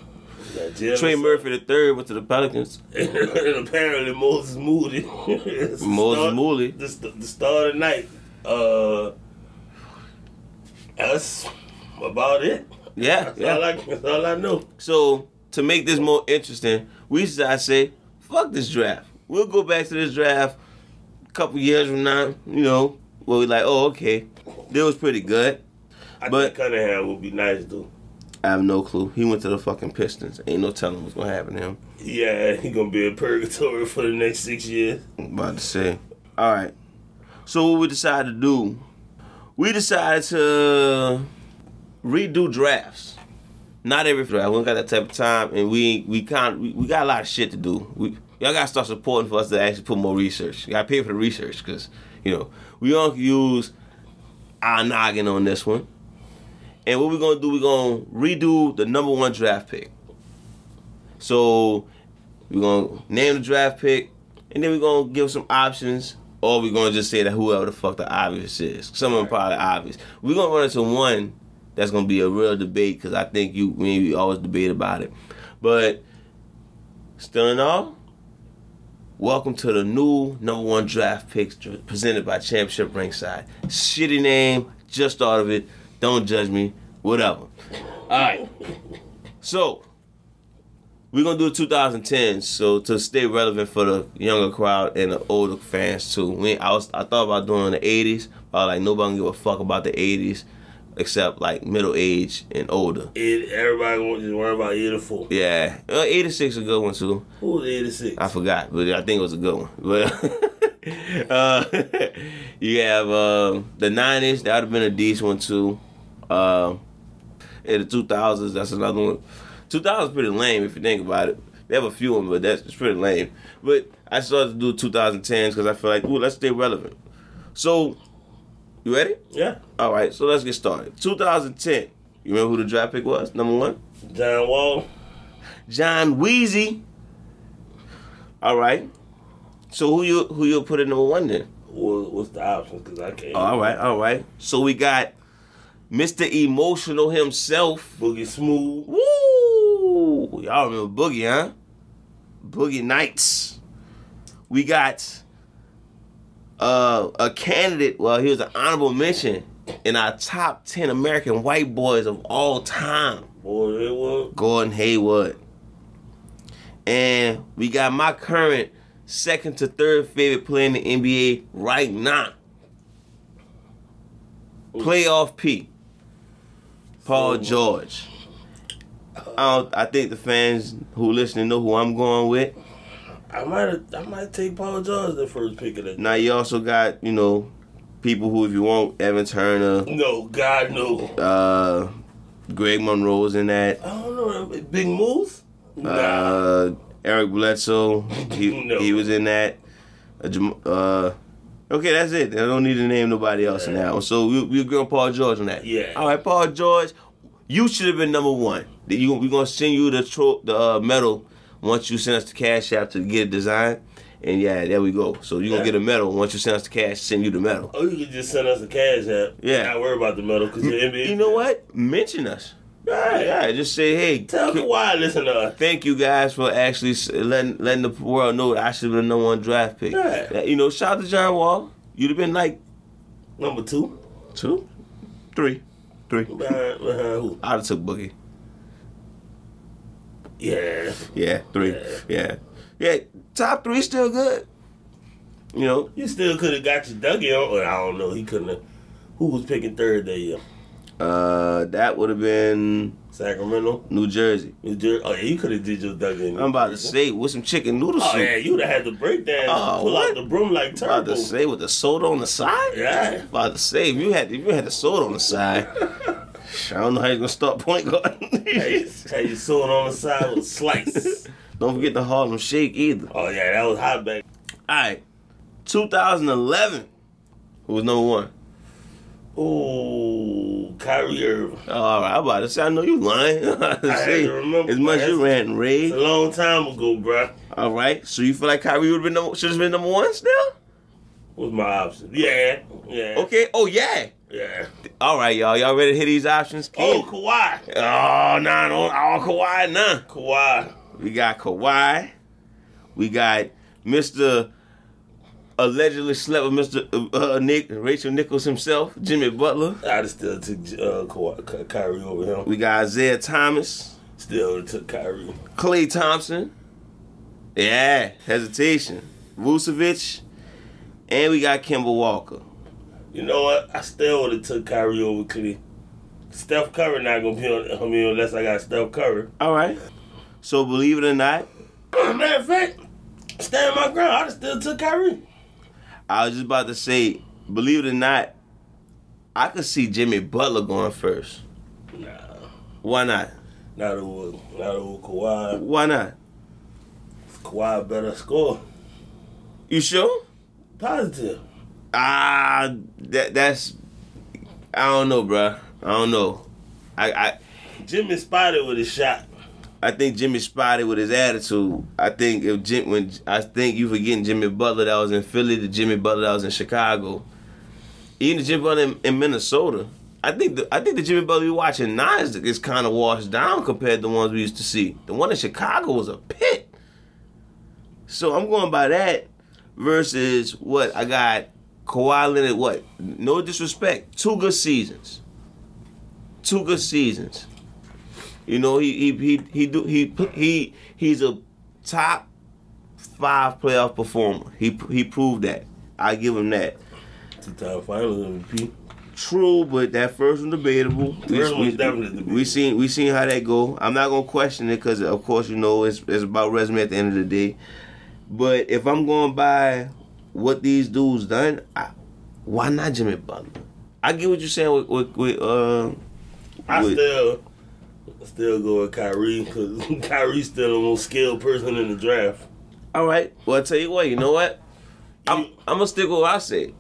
S2: You got Jalen.
S1: Trey Murphy the third went to the Pelicans.
S2: and apparently Moses Moody. It's the
S1: Moses
S2: start-
S1: Moody.
S2: The, st- the star of the night. Uh, that's about it.
S1: Yeah.
S2: That's,
S1: yeah.
S2: all I, that's all I know.
S1: So to make this more interesting, we should I say, fuck this draft. We'll go back to this draft a couple years from now, you know, where we like, oh okay. That was pretty good.
S2: I
S1: But-
S2: think Cunningham would be nice, though.
S1: I have no clue. He went to the fucking Pistons. Ain't no telling what's gonna happen to him.
S2: Yeah, he gonna be in purgatory for the next six years.
S1: I'm about to say. Alright. So what we decided to do, we decided to redo drafts. Not every draft. We don't got that type of time and we we kind we, we got a lot of shit to do. We y'all gotta start supporting for us to actually put more research. You gotta pay for the research because, you know, we don't use our noggin on this one. And what we're gonna do, we're gonna redo the number one draft pick. So we're gonna name the draft pick, and then we're gonna give some options, or we're gonna just say that whoever the fuck the obvious is. Some of them probably obvious. We're gonna run into one that's gonna be a real debate because I think you we we always debate about it. But still in all, welcome to the new number one draft picks dr- presented by Championship Ringside. Shitty name, just thought of it. Don't judge me. Whatever. All right. So we're gonna do 2010, so to stay relevant for the younger crowd and the older fans too. We, I was, I thought about doing the 80s, but I was like nobody can give a fuck about the 80s, except like middle age and older.
S2: It, everybody gonna just worry about year to four.
S1: Yeah, uh, 86 is a good one too.
S2: Who's the 86?
S1: I forgot, but I think it was a good one. But uh, you have uh, the nineties. That would have been a decent one too. Uh, in the two thousands, that's another one. Two thousands pretty lame if you think about it. They have a few of them, but that's it's pretty lame. But I started to do two thousand tens because I feel like, ooh, let's stay relevant. So, you ready?
S2: yeah.
S1: All right. So let's get started. Two thousand ten. You remember who the draft pick was? Number one.
S2: John Wall.
S1: John Wheezy. All right. So who you who you put in number one then?
S2: What, what's the options? Because I can't.
S1: All right, all right. So we got Mr. Emotional himself.
S2: Boogie Smooth.
S1: Woo! Y'all remember Boogie, huh? Boogie Nights. We got uh, a candidate. Well, he was an honorable mention in our top ten American white boys of all time.
S2: Boy, it was.
S1: Gordon Hayward. And we got my current second to third favorite player in the NBA right now. Playoff P. Paul George. I don't, I think the fans who listening know who I'm going with.
S2: I might I might take Paul George the first pick of that.
S1: Now you also got you know people who if you want Evan Turner,
S2: No, God no.
S1: uh, Greg Monroe's in that.
S2: I don't know. Big Moose? Nah.
S1: Uh, Eric Bledsoe, he,
S2: No.
S1: he was in that. Uh, Jam- uh, okay, that's it. I don't need to name nobody else in that one. So we we agree on Paul George on that.
S2: Yeah.
S1: All right, Paul George, you should have been number one. That You we're gonna send you the tro- the uh, medal once you send us the cash app to get it designed. And yeah, there we go. So you're gonna
S2: Yeah.
S1: get a medal once you send us the cash. Send you the medal.
S2: Oh, you could just send us a cash app.
S1: Yeah.
S2: Not worry about the medal because you're NBA.
S1: You know what? Mention us.
S2: Right.
S1: Yeah, just say hey.
S2: Tell
S1: c-
S2: Kawhi, listen uh, to us.
S1: thank you guys for actually s- letting letting the world know that I should have been the number one draft pick.
S2: Yeah.
S1: That- You know, shout out to John Wall. You'd have been like
S2: Number two.
S1: two, three, three.
S2: Behind, behind who?
S1: I'd have took Boogie.
S2: Yeah.
S1: Yeah, three.
S2: Yeah.
S1: Yeah, yeah. Top three still good. You know,
S2: You still could have got your Dougie on. Well, I don't know. He couldn't have. Who was picking third that year?
S1: uh, that would have been
S2: Sacramento?
S1: New Jersey.
S2: New Jersey? Oh, yeah, you could have did your Dougie. in-
S1: I'm about to say with some chicken noodle soup.
S2: Oh, yeah, you'd have had to break down.
S1: Oh,
S2: pull
S1: what?
S2: out the broom like
S1: I'm about
S2: turbo.
S1: to say with the soda on the side.
S2: Yeah.
S1: I'm About to say if you had if you had the soda on the side, I don't know how you're gonna start point guard.
S2: Hey, hey, you saw it on the side with a slice.
S1: Don't forget the Harlem Shake either. All
S2: Oh yeah, that was hot back.
S1: right, 2011. Who was number one?
S2: Ooh, Kyrie Irving.
S1: All right, I'm about to say I know you lying. See,
S2: to remember,
S1: as much
S2: man.
S1: you ran
S2: It's a
S1: red.
S2: long time ago, bruh.
S1: All right, so you feel like Kyrie would have been number, should have been number one still?
S2: Was my option? Yeah, yeah.
S1: Okay. Oh yeah.
S2: Yeah.
S1: All right, y'all. Y'all ready to hit these options?
S2: Oh,
S1: Keith?
S2: Kawhi.
S1: oh nah, no, all Kawhi, nah.
S2: Kawhi.
S1: We got Kawhi. We got Mr. Allegedly slept with Mr. Uh, uh, Nick Rachel Nichols himself, Jimmy Butler.
S2: I'd have still took uh, Kawhi, Ky- Kyrie over him.
S1: We got Isaiah Thomas,
S2: Still would've took Kyrie.
S1: Clay Thompson. Yeah, hesitation. Vucevic, and we got Kimber Walker.
S2: You know what? I still would have took Kyrie over Clay. Steph Curry not gonna be on. I mean, unless I got Steph Curry.
S1: All right. So believe it or not,
S2: Matter of fact, stand my ground. I'd have still took Kyrie.
S1: I was just about to say, believe it or not, I could see Jimmy Butler going first.
S2: Nah.
S1: Why not?
S2: Not over, not over Kawhi.
S1: Why not?
S2: Kawhi better score.
S1: You sure?
S2: Positive.
S1: Ah, that that's I don't know, bruh. I don't know. I I,
S2: Jimmy spotted with a shot.
S1: I think Jimmy spotted with his attitude. I think if Jim when I think you forgetting Jimmy Butler that was in Philly, the Jimmy Butler that was in Chicago, even the Jimmy Butler in, in Minnesota. I think the I think the Jimmy Butler we watching now is, is kind of washed down compared to the ones we used to see. The one in Chicago was a pit. So I'm going by that versus what I got Kawhi Leonard. What? No disrespect. Two good seasons. Two good seasons. You know he he he he do he he he's a top five playoff performer. He he proved that. I give him that.
S2: Two-time Finals MVP.
S1: True, but that first one debatable.
S2: First one was definitely debatable.
S1: We seen we seen how that go. I'm not gonna question it because of course you know it's it's about resume at the end of the day. But if I'm going by what these dudes done, I, why not Jimmy Butler? I get what you're saying with with, with uh,
S2: I
S1: with-
S2: still, still go with Kyrie because Kyrie's still the most skilled person in the draft.
S1: All right. Well, I tell you what. You know what? I'm
S2: You-
S1: I'm gonna stick with what I said.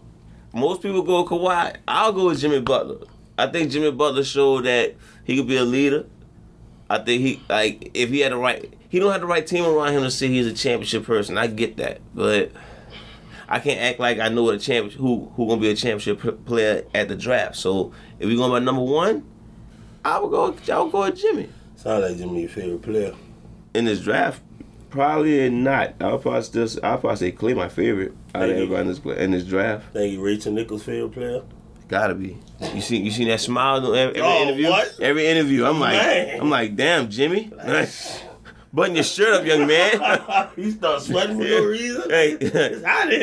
S1: Most people go with Kawhi. I'll go with Jimmy Butler. I think Jimmy Butler showed that he could be a leader. I think he like if he had the right he don't have the right team around him to say he's a championship person. I get that, but I can't act like I know what a championship who who gonna be a championship p- player at the draft. So if we going by number one, I would go. I would go with Jimmy
S2: Sound like Jimmy your favorite player.
S1: in this draft, probably not. I'll probably still. I'll probably say Clay my favorite out of
S2: Maybe.
S1: everybody in this in this draft.
S2: Think you Rachel Nichols' favorite player?
S1: Gotta be. You see, you seen that smile on every, every
S2: Oh,
S1: interview.
S2: what?
S1: Every interview, I'm like,
S2: Man.
S1: I'm like, damn, Jimmy.
S2: Like-
S1: Button your shirt up, young man.
S2: you start sweating for no reason.
S1: hey,
S2: It's hot in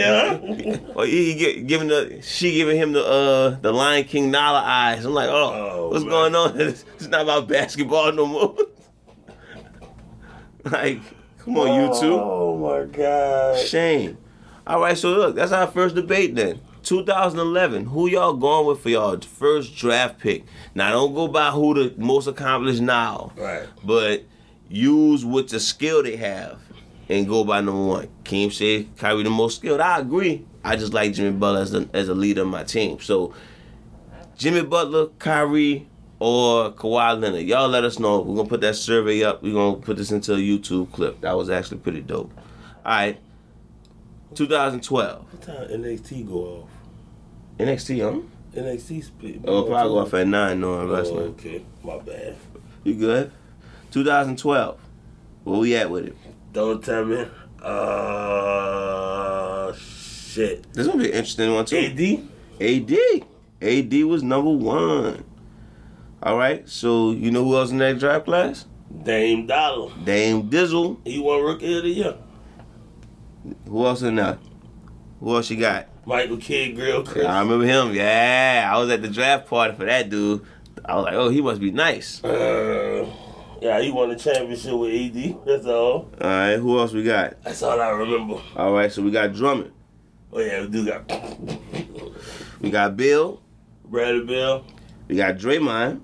S2: here. Huh?
S1: Well, he, he get, giving the she giving him the uh the Lion King Nala eyes. I'm like, oh,
S2: Oh,
S1: what's
S2: man.
S1: going on? It's, it's not about basketball no more. like, come on, YouTube.
S2: Oh my god.
S1: Shame. All right, so look, that's our first debate then. 2011. Who y'all going with for y'all first draft pick? Now don't go by who the most accomplished now,
S2: Right.
S1: but use what the skill they have and go by number one. Keem said Kyrie the most skilled. I agree. I just like Jimmy Butler as a, as a leader of my team. So Jimmy Butler, Kyrie, or Kawhi Leonard. Y'all let us know. We're gonna put that survey up. We're gonna put this into a YouTube clip. That was actually pretty dope. All right. 2012.
S2: What time NXT go off?
S1: NXT, huh?
S2: NXT split.
S1: Oh, probably go off at 9 no
S2: Oh,
S1: wrestling.
S2: okay. My bad.
S1: You good? 2012. Where we at with it?
S2: Don't tell me. Uh, shit.
S1: This gonna be an interesting one too.
S2: AD.
S1: AD. AD was number one. All right. So you know who else in that draft class?
S2: Dame Dollar.
S1: Dame Dizzle.
S2: He won Rookie of the Year.
S1: Who else in there? Who else you got?
S2: Michael Kidd, Grill Chris.
S1: I remember him. Yeah, I was at the draft party for that dude. I was like, oh, he must be nice. All
S2: Uh, yeah, he won the championship with AD. That's all.
S1: right. Who else we got?
S2: That's all I remember.
S1: All right. So we got Drummond.
S2: Oh yeah, we do got
S1: We got Bill.
S2: Bradley Bill.
S1: We got Draymond.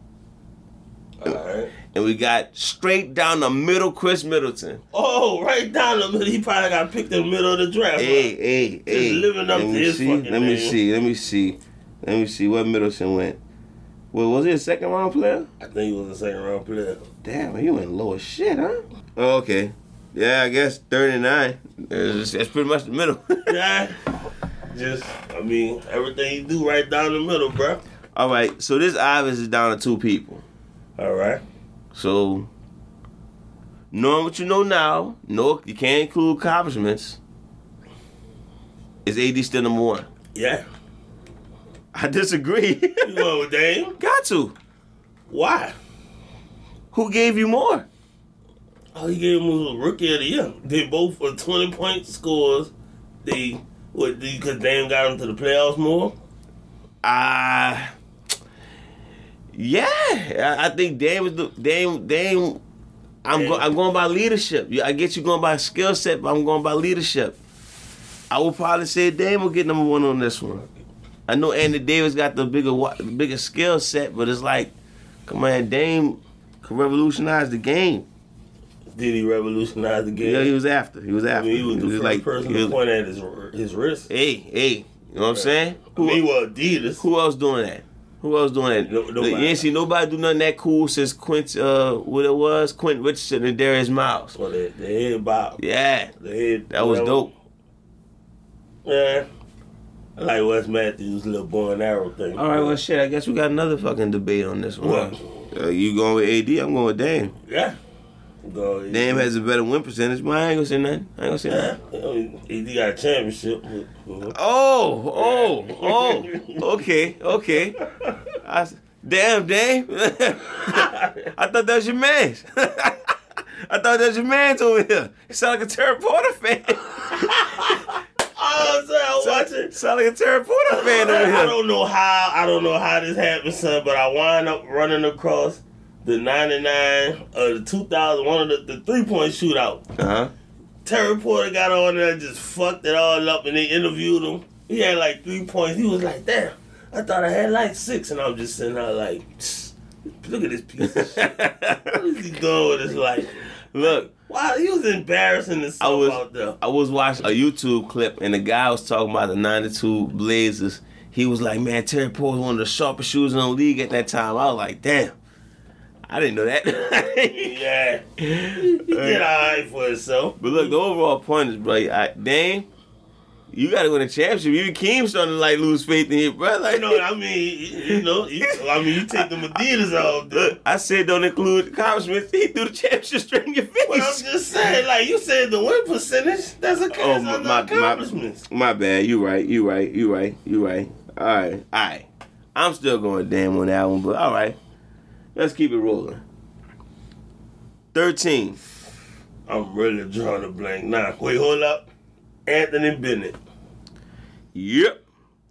S2: All right.
S1: And we got straight down the middle, Chris Middleton.
S2: Oh, right down the middle. He probably got picked in the middle of the draft.
S1: Hey, hey, hey.
S2: living
S1: let
S2: up to
S1: me
S2: his
S1: see.
S2: fucking
S1: Let me
S2: name.
S1: see. Let me see. Let me see what Middleton went. Well, was he a second round player?
S2: I think he was a second round player.
S1: Damn, he went low as shit, huh? Oh, okay. Yeah, I guess 39. That's, that's pretty much the middle.
S2: Yeah. Just, I mean, everything you do right down the middle, bro.
S1: All right, so this obviously is down to two people.
S2: All right.
S1: So, knowing what you know now, no, you can't include accomplishments. Is AD still number one?
S2: Yeah.
S1: I disagree.
S2: You going with Dame?
S1: Got to.
S2: Why?
S1: Who gave you more?
S2: All he Oh, gave him was a rookie of the year. They both were 20 point scores. They, what, because Dame got him to the playoffs more?
S1: Uh yeah, I, I think Dame was the Dame. Dame, I'm go, I'm going by leadership. Yeah, I get you going by skill set, but I'm going by leadership. I would probably say Dame will get number one on this one. I know Andy Davis got the bigger wa- the bigger skill set, but it's like, come on, Dame could revolutionize the game.
S2: Did he revolutionize the game?
S1: You know, he was after. He was
S2: I
S1: after.
S2: mean, he was the first
S1: like-
S2: person
S1: he
S2: to
S1: was-
S2: point at his his wrist.
S1: Hey, hey, you know what I'm saying?
S2: I mean, well, Adidas.
S1: Who else doing that? Who else doing that?
S2: No- nobody.
S1: You ain't see nobody do nothing that cool since Quint, uh, what it was, Quint Richardson and Darius Miles.
S2: Well, the, the head bob.
S1: Yeah,
S2: The head.
S1: that was
S2: whatever.
S1: dope.
S2: Yeah. I like Wes Matthews' little bow and arrow thing.
S1: All right, well, shit. I guess we got another fucking debate on this one.
S2: What?
S1: Uh, you going with AD? I'm going with Dame.
S2: Yeah. Go ahead.
S1: Dame has a better win percentage, but I ain't gonna say nothing. I ain't gonna say
S2: Yeah.
S1: nothing.
S2: I mean, He got a championship. but-
S1: Oh, oh, oh. Okay, okay. I s damn, Dame. I thought that was your man. I thought that was your man's over here. You sound like a Terry Porter fan.
S2: Oh, son, I was watching.
S1: Sound like a Terry Porter fan over
S2: I
S1: here.
S2: don't know how. I don't know how this happened, son. But I wind up running across the '99 or the 2000, one of the, the three-point shootout.
S1: Uh-huh.
S2: Terry Porter got on there and just fucked it all up, and they interviewed him. He had like three points. He was like, "Damn, I thought I had like six, and I'm just sitting there like, "Psst, "Look at this piece of shit. what is he doing with his life?
S1: Look,
S2: Wow, he was embarrassing
S1: I
S2: himself
S1: was
S2: out there.
S1: I was watching a YouTube clip and the guy was talking about the '92 Blazers. He was like, "Man, Terry Porter was one of the sharpest shooters in the league at that time." I was like, "Damn, I didn't know that."
S2: Yeah, he did all right for himself.
S1: but look, the overall point is, bro, I, Dame, you got to win a championship. You Keem starting to like lose faith in you, bro. Like,
S2: You know what I mean? You know, you, I mean, you take the Adidas off. Dude.
S1: look, I said don't include accomplishments. He threw the championship straight in your face.
S2: But I'm just saying, like you said, the win percentage. That's a
S1: Oh,
S2: case
S1: my,
S2: of
S1: my, my,
S2: accomplishments.
S1: my bad. You right. You right. You right. You right. All right. All right. I'm still going damn on that one, but all right. Let's keep it rolling. 13.
S2: I'm really drawing a blank. Nah, wait, hold up. Anthony Bennett.
S1: Yep.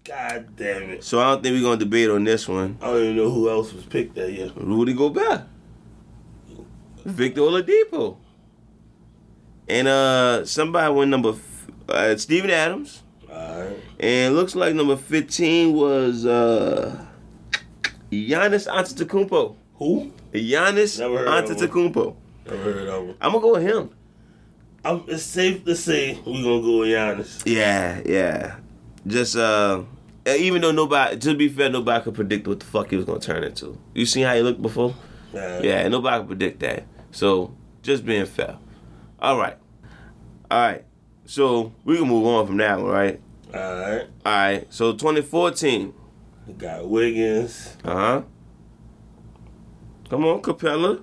S2: God damn it.
S1: So I don't think we're gonna debate on this one.
S2: I don't even know who else was picked that year.
S1: Rudy Gobert, Victor Oladipo, and uh somebody went number f- uh, Steven Adams,
S2: Alright.
S1: and looks like number fifteen was uh Giannis Antetokounmpo.
S2: Who?
S1: Giannis
S2: Never heard of him.
S1: Antetokounmpo.
S2: Never heard of him.
S1: I'm gonna go with him.
S2: I'm, it's safe to say we're gonna go with Giannis.
S1: Yeah, yeah. Just uh, even though nobody, to be fair, nobody could predict what the fuck he was gonna turn into. You seen how he looked before?
S2: Nah.
S1: Yeah, and nobody could predict that. So just being fair. All right, all right. So we can move on from that one, right?
S2: Alright.
S1: All right. So 2014.
S2: We got Wiggins,
S1: Uh huh. Come on, Capella.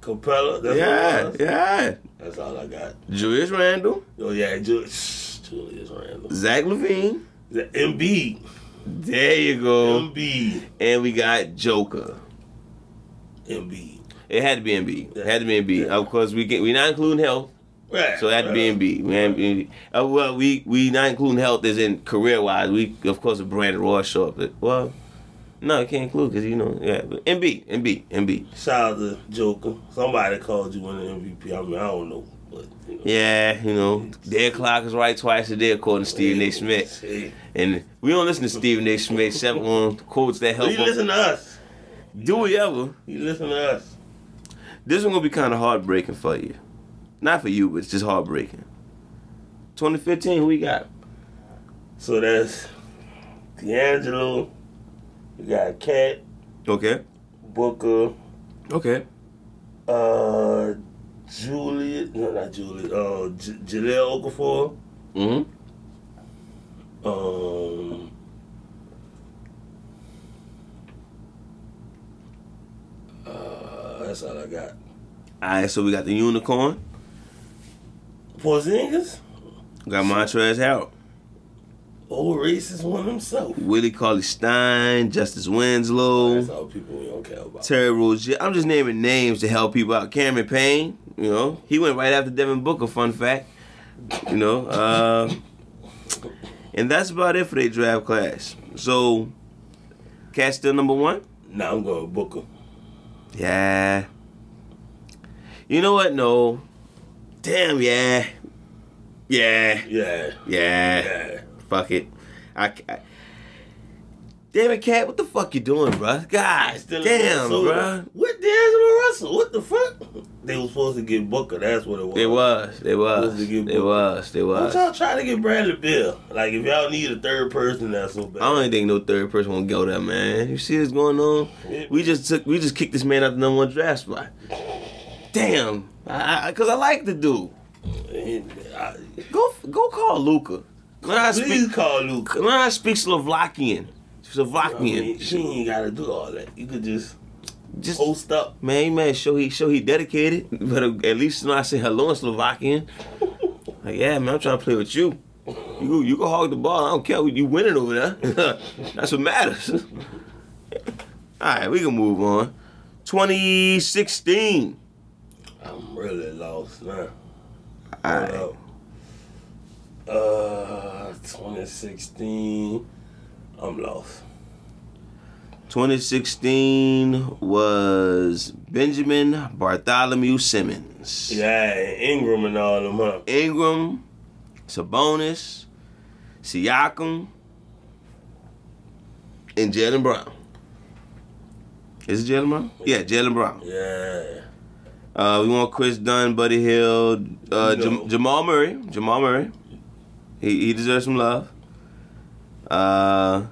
S2: Capella. That's all
S1: Yeah,
S2: I got.
S1: yeah.
S2: That's all I got.
S1: Julius Randle,
S2: Oh yeah, Julius, Julius Randle.
S1: Zach Levine.
S2: The Embiid.
S1: There you go.
S2: Embiid.
S1: And we got Joker.
S2: Embiid.
S1: It had to be MB. It had to be MB. Of course, we get we not including health,
S2: Right.
S1: so it had to be
S2: right.
S1: MB. We ain't- we- uh, well, we we not including health as in career wise. We of course if Brandon Roy show up, but well, no, it can't include because you know yeah. But MB, MB, MB.
S2: Shout out to Joker. Somebody called you an MVP. I mean, I don't know, but you know.
S1: Yeah, you know, their clock is right twice a day according to Stephen A. Smith,
S2: Hey.
S1: and we don't listen to Stephen A. Smith except on quotes that help.
S2: He listen
S1: us.
S2: to us.
S1: Do we ever?
S2: He listen to us.
S1: This one gonna be kind of heartbreaking for you, not for you, but it's just heartbreaking. 2015, who we got?
S2: So that's D'Angelo. You got Cat
S1: Okay.
S2: Booker.
S1: Okay.
S2: Uh, Juliet. No, not Juliet. Uh, J- Jaleel Okafor.
S1: hmm
S2: Um. Uh, that's all I got.
S1: All right, so we got the unicorn.
S2: Porzingis,
S1: We got Montrezl Harrell,
S2: old racist one himself.
S1: Willie Cauley Stein, Justice
S2: That's
S1: Winslow,
S2: all people we don't care about.
S1: Terry Rozier. I'm just naming names to help people out. Cameron Payne, you know, he went right after Devin Booker. Fun fact, you know, uh, and that's about it for their draft class. So, Cat still number one.
S2: Now I'm going Booker.
S1: Yeah. You know what? No. Damn. Yeah. Yeah.
S2: Yeah,
S1: Yeah.
S2: yeah.
S1: Fuck it. I, I- damn it, cat. What the fuck you doing, bruh? God
S2: Still in
S1: damn,
S2: Minnesota.
S1: bruh.
S2: What D'Angelo Russell? What the fuck? They was supposed to get Booker. That's what it was.
S1: They was, they was,
S2: Supposed to get
S1: they
S2: booked.
S1: was, they
S2: What
S1: was. I
S2: y'all trying to get Bradley Bill? Like if y'all need a third person, that's so bad.
S1: don't even think no third person will go there, man. You see what's going on? We just took, we just kicked this man out the number one draft spot. Damn, I, I, cause I like the dude.
S2: I-
S1: Go, go call Luca. When I
S2: please
S1: speak,
S2: call Luke.
S1: when I speak Slovakian,
S2: I mean, oh,
S1: Slovakian,
S2: she ain't gotta do all that. You could just
S1: just
S2: post up.
S1: Man, you man, show he show he dedicated, but at least you know I say hello in Slovakian. Like, yeah, man, I'm trying to play with you. You go- you go hog the ball. I don't care. You winning over there. That's what matters. All right, we can move on. 2016.
S2: I'm really lost now.
S1: All
S2: Hold
S1: right.
S2: up. Uh, 2016. I'm lost.
S1: 2016 was Benjamin Bartholomew Simmons.
S2: Yeah, and Ingram and all them, huh?
S1: Ingram, Sabonis, Siakam, and Jalen Brown. Is it Jalen Brown? Yeah, Jalen Brown.
S2: Yeah.
S1: Uh, we want Chris Dunn, Buddy Hill, uh,
S2: No.
S1: Jam- Jamal Murray. Jamal Murray. He, he deserves some love. Uh,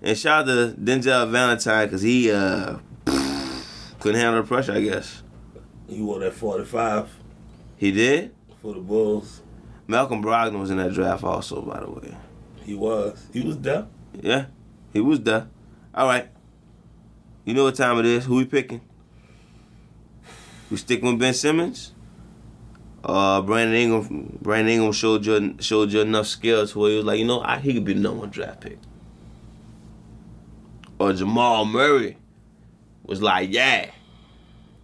S1: and shout out to Denzel Valentine because he uh, couldn't handle the pressure, I guess.
S2: He wore that 45
S1: He did.
S2: for the Bulls.
S1: Malcolm Brogdon was in that draft also, by the way.
S2: He was. He was there.
S1: Yeah, he was there. All right. You know what time it is. Who we picking? We sticking with Ben Simmons? Uh, Brandon Ingram. Brandon Ingram showed you showed you enough skills where he was like, you know, I, he could be the number one draft pick. Or Jamal Murray was like, yeah,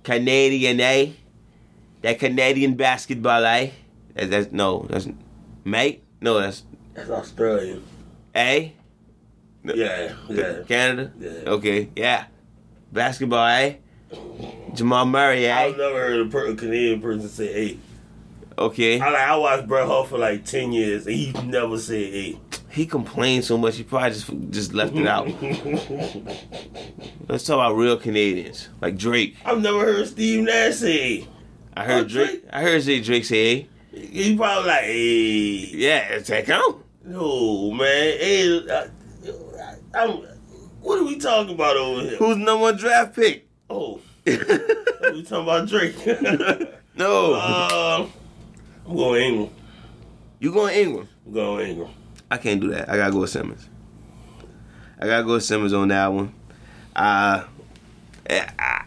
S1: Canadian A, that Canadian basketball, eh? That's, that's no, that's mate. No, that's
S2: That's Australian.
S1: eh.
S2: Yeah, yeah.
S1: Canada.
S2: Yeah.
S1: Okay, yeah. Basketball, eh? Jamal Murray,
S2: I've
S1: eh?
S2: never heard a, per- a Canadian person say eight.
S1: Okay.
S2: I like I watched Brett Hall for like ten years and he never said eight.
S1: He complained so much, he probably just just left it out. Let's talk about real Canadians, like Drake.
S2: I've never heard Steve Nash say eight.
S1: I heard
S2: Oh,
S1: Drake.
S2: Drake.
S1: I heard say Drake say, hey,
S2: He probably like eight.
S1: "Yeah, take him."
S2: No man, eight. I, I, am what are we talking about over here?
S1: Who's number one draft pick?
S2: Oh,
S1: no.
S2: we talking about Drake. um, I'm going Ingram.
S1: you going England?
S2: I'm going Ingram.
S1: I can't do that. I gotta go with Simmons. I gotta go with Simmons on that one. Uh, eh, I-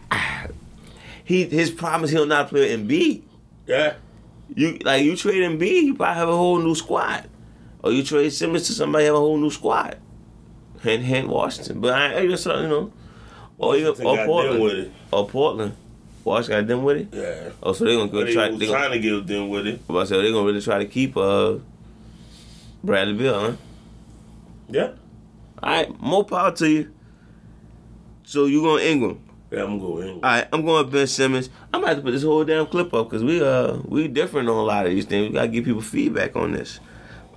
S1: he his problem is he'll not play with Embiid.
S2: Yeah.
S1: You like you trade Embiid, you probably have a whole new squad. Or you trade Simmons to somebody have a whole new squad. Hint, hint, Washington. But I ain't something, you know. Or you
S2: Washington
S1: or
S2: got
S1: Oh, Portland.
S2: them with it.
S1: Or Portland. Washington got them with it.
S2: Yeah.
S1: Oh, so they gonna go
S2: They
S1: try.
S2: was
S1: They gonna,
S2: trying to get them with it.
S1: I'm about to say, they gonna really try to keep uh Bradley Bill, huh?
S2: Yeah.
S1: All right, more power to you. So you going Ingram?
S2: Yeah, I'm going Ingram.
S1: All right, I'm going Ben Simmons. I'm gonna have to put this whole damn clip up because we uh we different on a lot of these things. We gotta give people feedback on this.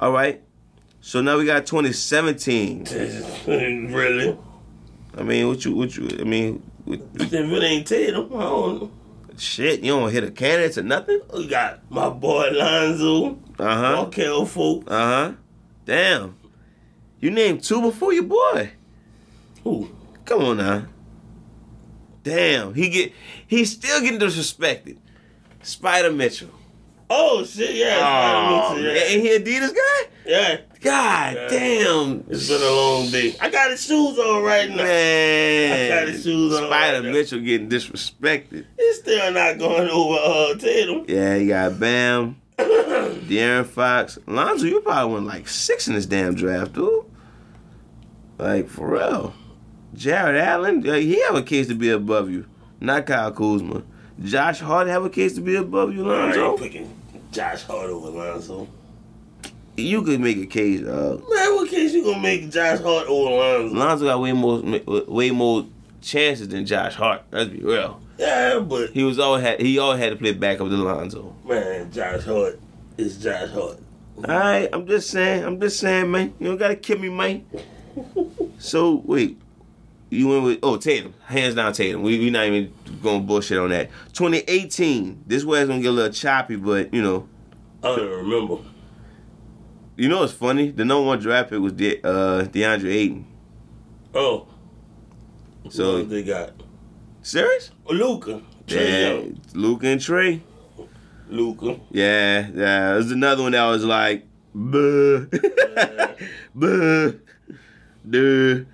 S1: All right. So now we got 2017.
S2: really?
S1: I mean, what you what you? I mean, what,
S2: If it ain't Tatum, I don't know.
S1: shit. You don't hit a candidate or nothing.
S2: We got my boy Lonzo,
S1: Uh huh.
S2: Markel Folk.
S1: Uh huh. Damn. You named two before your boy.
S2: Who?
S1: Come on now. Damn, he get he's still getting disrespected. Spider Mitchell.
S2: Oh shit, yeah.
S1: Oh,
S2: it's Spider-Man,
S1: man.
S2: yeah.
S1: ain't he Adidas guy?
S2: yeah.
S1: God
S2: Yeah.
S1: damn.
S2: It's been a long day. I got his shoes on right now.
S1: Man.
S2: I got his shoes on
S1: Spider
S2: right now.
S1: Mitchell getting disrespected.
S2: It's still not going over uh Tatum.
S1: Yeah, you got Bam, De'Aaron Fox, Lonzo. You probably went like six in this damn draft, dude. Like for real, Jared Allen. Like, he have a case to be above you, not Kyle Kuzma. Josh Hart have a case to be above you,
S2: I ain't
S1: Lonzo.
S2: picking Josh Hart over Lonzo.
S1: You could make a case. Uh,
S2: Man, what case you gonna make Josh Hart over Lonzo?
S1: Lonzo got way more, way more chances than Josh Hart. Let's be real.
S2: Yeah, but
S1: He was always had, he always had to play backup to Lonzo.
S2: man, Josh Hart is Josh Hart.
S1: All right, I'm just saying. I'm just saying, man. You don't gotta kill me, man. so wait, you went with oh Tatum, hands down Tatum. We we not even going to bullshit on that. 2018. This way it's gonna get a little choppy, but you know,
S2: I don't even remember.
S1: you know it's funny. The number one draft pick was De, uh, DeAndre Ayton.
S2: Oh.
S1: So-
S2: So they got Oh,
S1: Serious?
S2: Luca.
S1: Yeah, Luke and Trey.
S2: Luca.
S1: Yeah, yeah. There's another one that was like, buh, buh, duh.
S2: You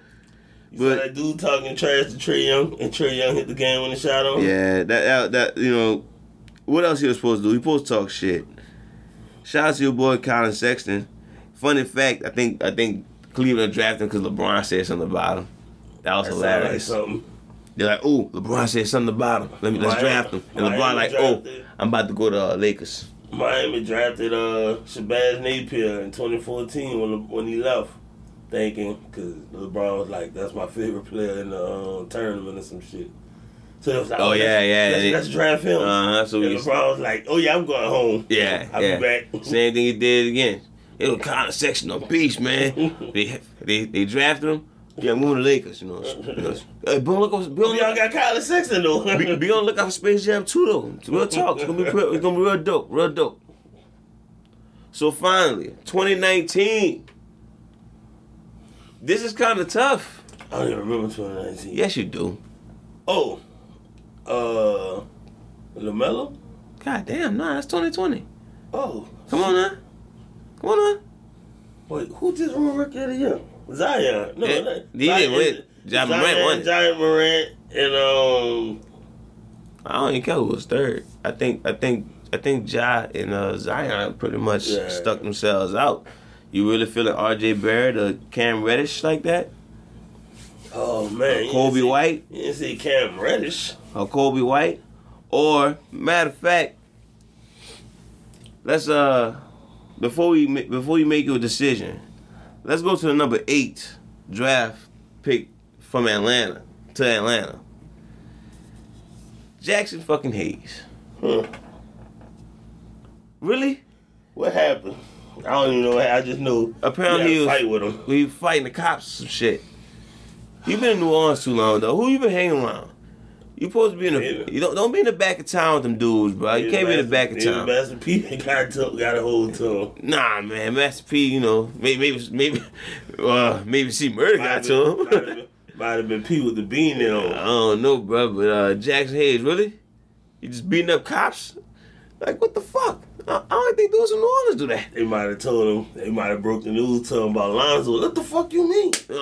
S1: But-
S2: saw that dude talking trash to Trey Young, and Trey Young hit the game when the shot on.
S1: Yeah, that, that that you know, what else he was supposed to do? He supposed to talk shit. Shout out to your boy Colin Sexton. Funny fact, I think I think Cleveland drafted him because LeBron said something about him. That was
S2: That sound like
S1: hilarious.
S2: something.
S1: They're like, "Oh, LeBron said something about him. Let me let's
S2: Miami-
S1: draft him." And LeBron
S2: Miami
S1: like, "Oh,
S2: drafted-
S1: I'm about to go to uh, Lakers."
S2: Miami drafted uh Shabazz Napier in 2014 when Le- when he left, thinking because LeBron was like, "That's my favorite player in the uh, tournament or some shit." So it was like,
S1: Oh, yeah,
S2: let's-
S1: yeah,
S2: let's,
S1: they-
S2: let's draft him."
S1: Uh huh. So
S2: and
S1: we,
S2: LeBron was like, "Oh yeah, I'm going home.
S1: yeah,
S2: I'll
S1: yeah.
S2: be back."
S1: Same thing he did again. It was Colin Sexton on beast, man. they they they drafted him. Yeah, I'm going to Lakers. You know, hey, boom, look, boom,
S2: We all got Colin Sexton though.
S1: Be, be on the lookout for Space Jam 2 though. It's Real talk. It's gonna be real, it's gonna be real dope. Real dope. So finally, 2019. This is kind of tough.
S2: I don't even remember 2019.
S1: Yes, you do.
S2: Oh, uh, Lamelo.
S1: God damn, nah, that's 2020.
S2: Oh,
S1: Come on now. Come on now.
S2: Wait, who just won Rookie of the Year? Zion. No,
S1: Yeah,
S2: not-
S1: he didn't
S2: Zion-
S1: win. Ja
S2: Zion,
S1: Morant won it.
S2: Zion Morant and um,
S1: I don't even care who was third. I think I think I think Ja and uh, Zion pretty much
S2: Yeah.
S1: stuck themselves out. You really feeling R.J. Barrett or Cam Reddish like that?
S2: oh man, you
S1: Kobe
S2: didn't see-
S1: White? Uh,
S2: You didn't see Cam Reddish.
S1: or Kobe White, or matter of fact, let's uh before we ma- before you make your decision, let's go to the number eight draft pick from Atlanta to Atlanta. Jackson fucking Hayes.
S2: Huh.
S1: Really?
S2: What happened? I don't even know. what hap- I just know.
S1: Apparently
S2: he
S1: he was-
S2: had a fight with him.
S1: We fighting the cops some shit. You've been in New Orleans too long though. Who you been hanging around? You supposed to be in the
S2: Yeah.
S1: you don't don't be in the back of town with them dudes, bro. You can't be Uh, in the back of town.
S2: Master P got to, got a hold to him.
S1: Nah, man, Master P, you know, maybe, maybe, maybe, uh, maybe see murder got to
S2: Might have
S1: him.
S2: been- Might have been P with the bean in
S1: I
S2: on.
S1: don't know, bro, but uh, Jackson Hayes, really? You just beating up cops? Like, what the fuck? I, I don't think those in New Orleans do that.
S2: They might have told him. They might have broke the news to him about Lonzo. What the fuck you mean?
S1: Uh,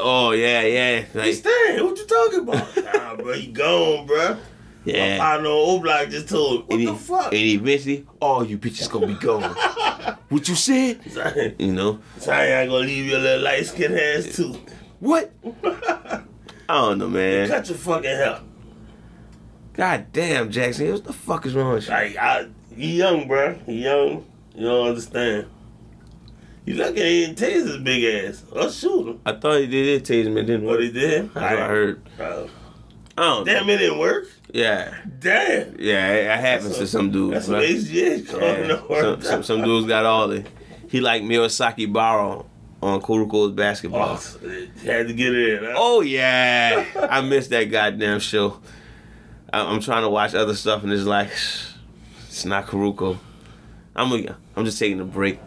S1: oh yeah, yeah,
S2: He
S1: like,
S2: staying. What you talking about? nah, bro, he gone, bro. My
S1: yeah.
S2: partner on O-Block just told him. What
S1: And,
S2: the
S1: he-
S2: fuck?
S1: and eventually, all you bitches gonna be gone. what you said?
S2: Sorry,
S1: You know
S2: sorry, I ain't gonna leave your little light skin ass too.
S1: what? I don't know, man.
S2: Cut your fucking hair.
S1: God damn, Jackson, Hayes, what the fuck is wrong with you?
S2: Like, I, you young, bro. You young. You don't understand. You lucky they didn't tase his big ass. Or shoot him.
S1: I thought he did tase him, it didn't
S2: What
S1: work.
S2: he did?
S1: That's what I heard.
S2: Bro.
S1: I don't know.
S2: Damn, it didn't work.
S1: Yeah,
S2: Damn.
S1: yeah, it, it happens
S2: That's
S1: to
S2: a-
S1: some dudes.
S2: That's what
S1: right?
S2: HGH
S1: Yeah,
S2: coming over.
S1: Some, some, some dudes got all the. He like Miyosaki Baro on Kuroko's basketball.
S2: Oh, had to get it in. Huh?
S1: Oh yeah, I missed that goddamn show. I, I'm trying to watch other stuff and it's like, it's not Kuruko. I'm a, I'm just taking a break.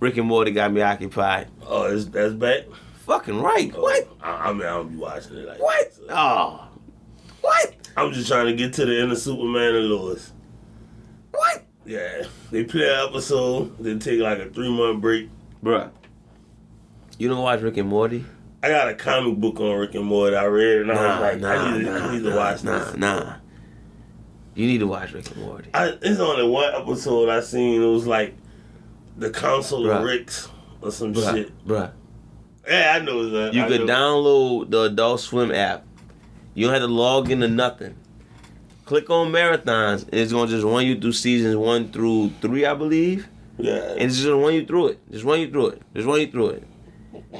S1: Rick and Morty got me occupied.
S2: Oh, it's, that's back? Oh,
S1: Fucking right. What?
S2: I, I mean, I don't be watching it like
S1: What?
S2: that.
S1: Oh, what?
S2: I'm just trying to get to the end of Superman and Lois.
S1: What?
S2: Yeah. They play an episode, then take like a three month break.
S1: Bruh. You don't watch Rick and Morty?
S2: I got a comic book on Rick and Morty. I read it and I was like, I need, to- I need to watch
S1: nah,
S2: this.
S1: Nah, you need to watch Rick and Morty.
S2: I, it's only one episode I seen. It was like the Council of
S1: Bruh.
S2: Ricks or some
S1: Bruh,
S2: shit.
S1: bruh.
S2: Yeah, I know that.
S1: You
S2: I
S1: could
S2: know.
S1: download the Adult Swim app. You don't have to log into nothing. Click on marathons. and It's gonna just run you through seasons one through three, I believe,
S2: Yeah.
S1: and it's just gonna run you through it. Just run you through it. Just run you through it.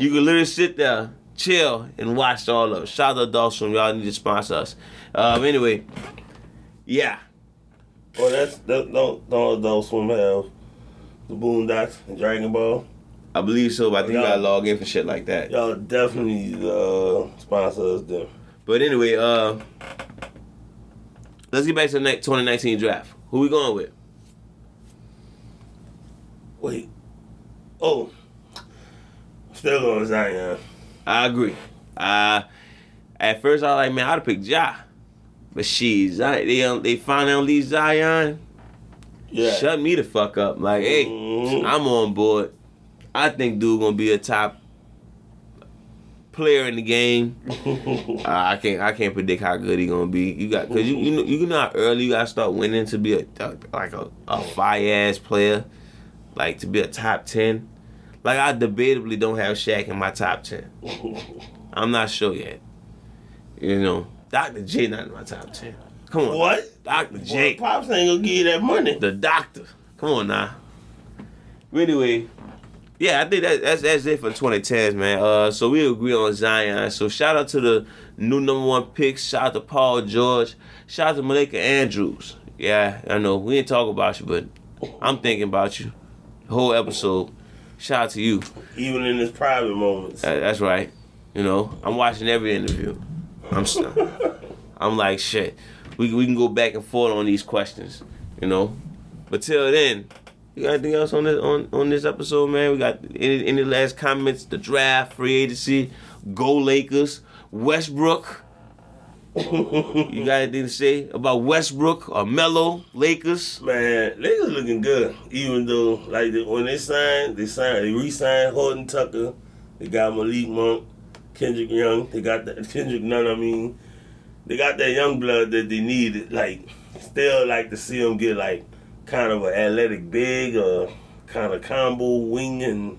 S1: You can literally sit there, chill, and watch all of it. Shout out to Adult Swim, y'all need to sponsor us. Um, anyway, yeah,
S2: Well, Oh, that's that, don't don't adult swim have the Boondocks and Dragon Ball.
S1: I believe so, but I think you
S2: Yeah.
S1: gotta log in for shit like that.
S2: Y'all definitely uh, sponsor us then.
S1: But anyway, uh, let's get back to the ni- 2019 draft. Who we going with?
S2: Wait. Oh. Still going Zion.
S1: I agree. Uh, at first, I was like, man, I'd have picked Ja. But she, Zion, they, um, they finally leave Zion.
S2: Yeah.
S1: Shut me the fuck up. Like, hey,
S2: Mhm.
S1: I'm on board. I think dude gonna be a top player in the game. Uh, I can't I can't predict how good he gonna be. You got cause you you know, you know how early you gotta start winning to be a like a, a fire ass player, like to be a top ten. Like I debatably don't have Shaq in my top ten. I'm not sure yet. You know, Dr. J not in my top ten. Come on,
S2: what?
S1: Dr.
S2: Well,
S1: J,
S2: Pops ain't gonna give you that money.
S1: the doctor. Come on now. Anyway, yeah, I think that, that's that's it for 2010s, man. Uh, so we agree on Zion. So shout out to the new number one pick. Shout out to Paul George. Shout out to Malika Andrews. Yeah, I know we didn't talk about you, but I'm thinking about you. The whole episode. Shout out to you.
S2: Even in his private moments.
S1: Uh, that's right. You know, I'm watching every interview. I'm st- I'm like shit. We we can go back and forth on these questions. You know, but till then, you got anything else on this on, on this episode, man? We got any any last comments? The draft, free agency, go Lakers, Westbrook. you got anything to say about Westbrook or Melo Lakers?
S2: Man, niggas looking good. Even though, like, they, when they signed, they signed, they re-signed Horton Tucker. They got Malik Monk, Kendrick Young. They got that Kendrick Nunn. I mean, they got that young blood that they needed. Like, still like to see them get like kind of an athletic big or kind of combo wing and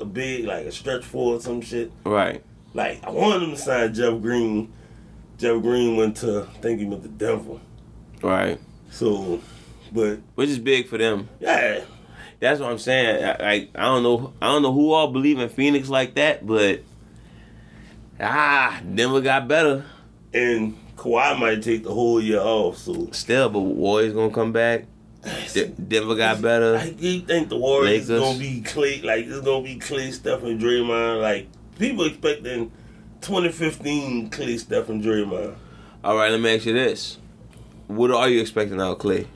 S2: a big like a stretch four or some shit.
S1: Right.
S2: Like, I wanted them to sign Jeff Green. Jeff Green went to I think he went to Denver.
S1: Right.
S2: So But
S1: which is big for them.
S2: yeah,
S1: That's what I'm saying. I- Like I don't know, I don't know who all believe in Phoenix like that, but ah, Denver got better
S2: and Kawhi might take the whole year off. So
S1: still. But Warriors gonna come back. De- Denver got better.
S2: I you think the Warriors
S1: Lakers.
S2: is gonna be Clay like it's gonna be Clay, Steph, and Draymond. Like people expecting 2015 Clay, Steph, and Draymond.
S1: All right, let me ask you this: What are you expecting out of Clay?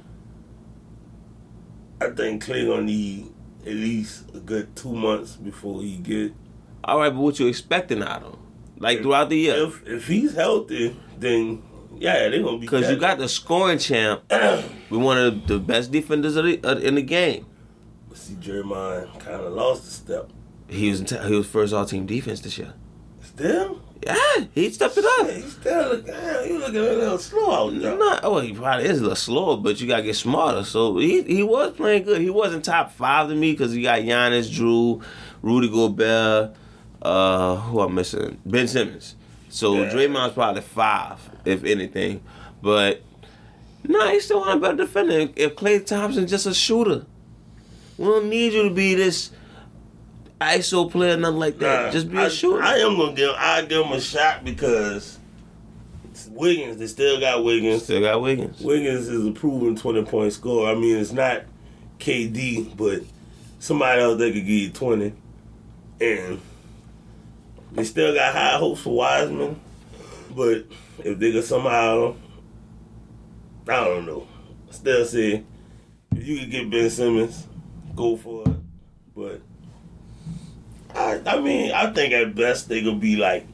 S2: I think Clay gonna need at least a good two months before he get.
S1: All right, but what you expecting out of him? Like throughout the year,
S2: If if he's healthy, then yeah, they gonna be.
S1: because you got the scoring champ. We one of the best defenders of the, uh, in the game.
S2: See, Draymond kind of lost a step.
S1: He was he was first all team defense this year.
S2: Still,
S1: Yeah, he stepped it
S2: yeah,
S1: up.
S2: he's still looking. yeah, You looking a little slow out there.
S1: No, well, he probably is a little slower, but you gotta get smarter. So he he was playing good. He wasn't top five to me because you got Giannis, Drew, Rudy Gobert, uh, who I'm missing, Ben Simmons. So
S2: Yeah.
S1: Draymond's probably five, if anything. But nah, he's still one of the better defender. If Clay Thompson's just a shooter, we don't need you to be this ISO player, nothing like that.
S2: Nah,
S1: just be
S2: I-
S1: a shooter.
S2: I am gonna give. I give him a shot because it's Wiggins. They still got Wiggins.
S1: still got Wiggins.
S2: Wiggins is a proven twenty point scorer. I mean, it's not KD, but somebody else that could give you twenty, and they still got high hopes for Wiseman. But if they could somehow, I don't know. Still say if you could get Ben Simmons, go for it. But I, I mean, I think at best they could be like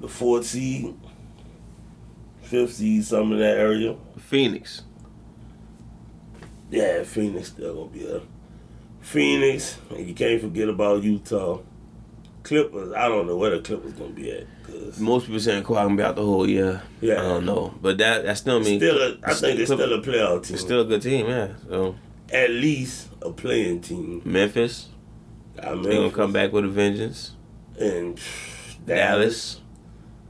S2: the fourth seed, fifth seed, something in that area.
S1: Phoenix.
S2: Yeah, Phoenix still gonna be there. Phoenix, and you can't forget about Utah. Clippers, I don't know where the Clippers gonna be at. 'cause
S1: Most people saying Kawhi gonna be out the whole year.
S2: Yeah.
S1: I don't know, but that that still means
S2: still, a, I think
S1: Clip-
S2: they're still a playoff team.
S1: it's still a good team. Yeah. So
S2: at least a playing team.
S1: Memphis,
S2: I
S1: they gonna
S2: mean,
S1: come back with a vengeance.
S2: and pff, Dallas.
S1: Dallas.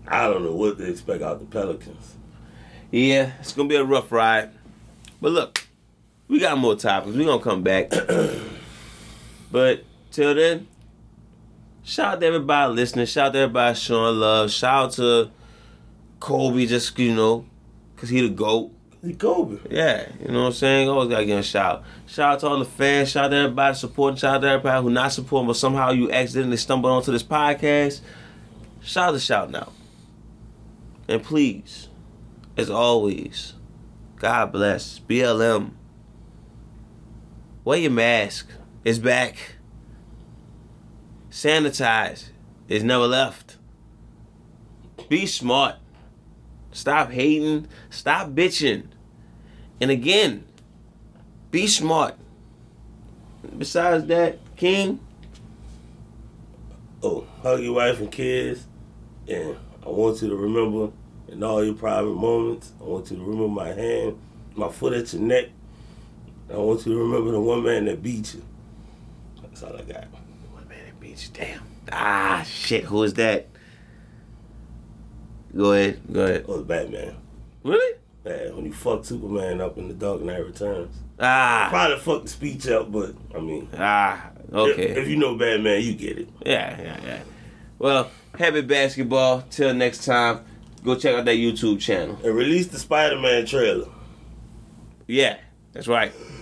S2: I don't know what they expect out the Pelicans.
S1: Yeah, it's gonna be a rough ride, but look, we got more topics. We gonna come back. but till then, shout out to everybody listening. Shout out to everybody showing love. Shout out to Kobe, just you know, cause he the goat.
S2: It's Kobe.
S1: Yeah, you know what I'm saying? Always gotta give a shout. Shout out to all the fans, shout out to everybody supporting, shout out to everybody who not supporting, but somehow you accidentally stumbled onto this podcast. Shout out to shout now. And please, as always, God bless. BLM. Wear your mask. It's back. Sanitize. It's never left. Be smart. Stop hating. Stop bitching. And again, be smart. Besides that, King,
S2: Oh, hug your wife and kids. And I want you to remember in all your private moments, I want you to remember my hand, my foot at your neck. And I want you to remember the one man that beat you. That's all I got.
S1: One man at beach. Damn. Ah, shit. Who is that? Go ahead. Go ahead.
S2: Oh, Batman.
S1: Really?
S2: Man, when you fuck Superman up in the Dark Knight Returns.
S1: Ah.
S2: Probably fucked the speech up, but I mean,
S1: Ah.
S2: if,
S1: Okay.
S2: if you know Batman, you get it.
S1: Yeah. Yeah. Yeah. Well, happy basketball. Till next time. Go check out that YouTube channel.
S2: And release the Spider Man trailer.
S1: Yeah. That's right.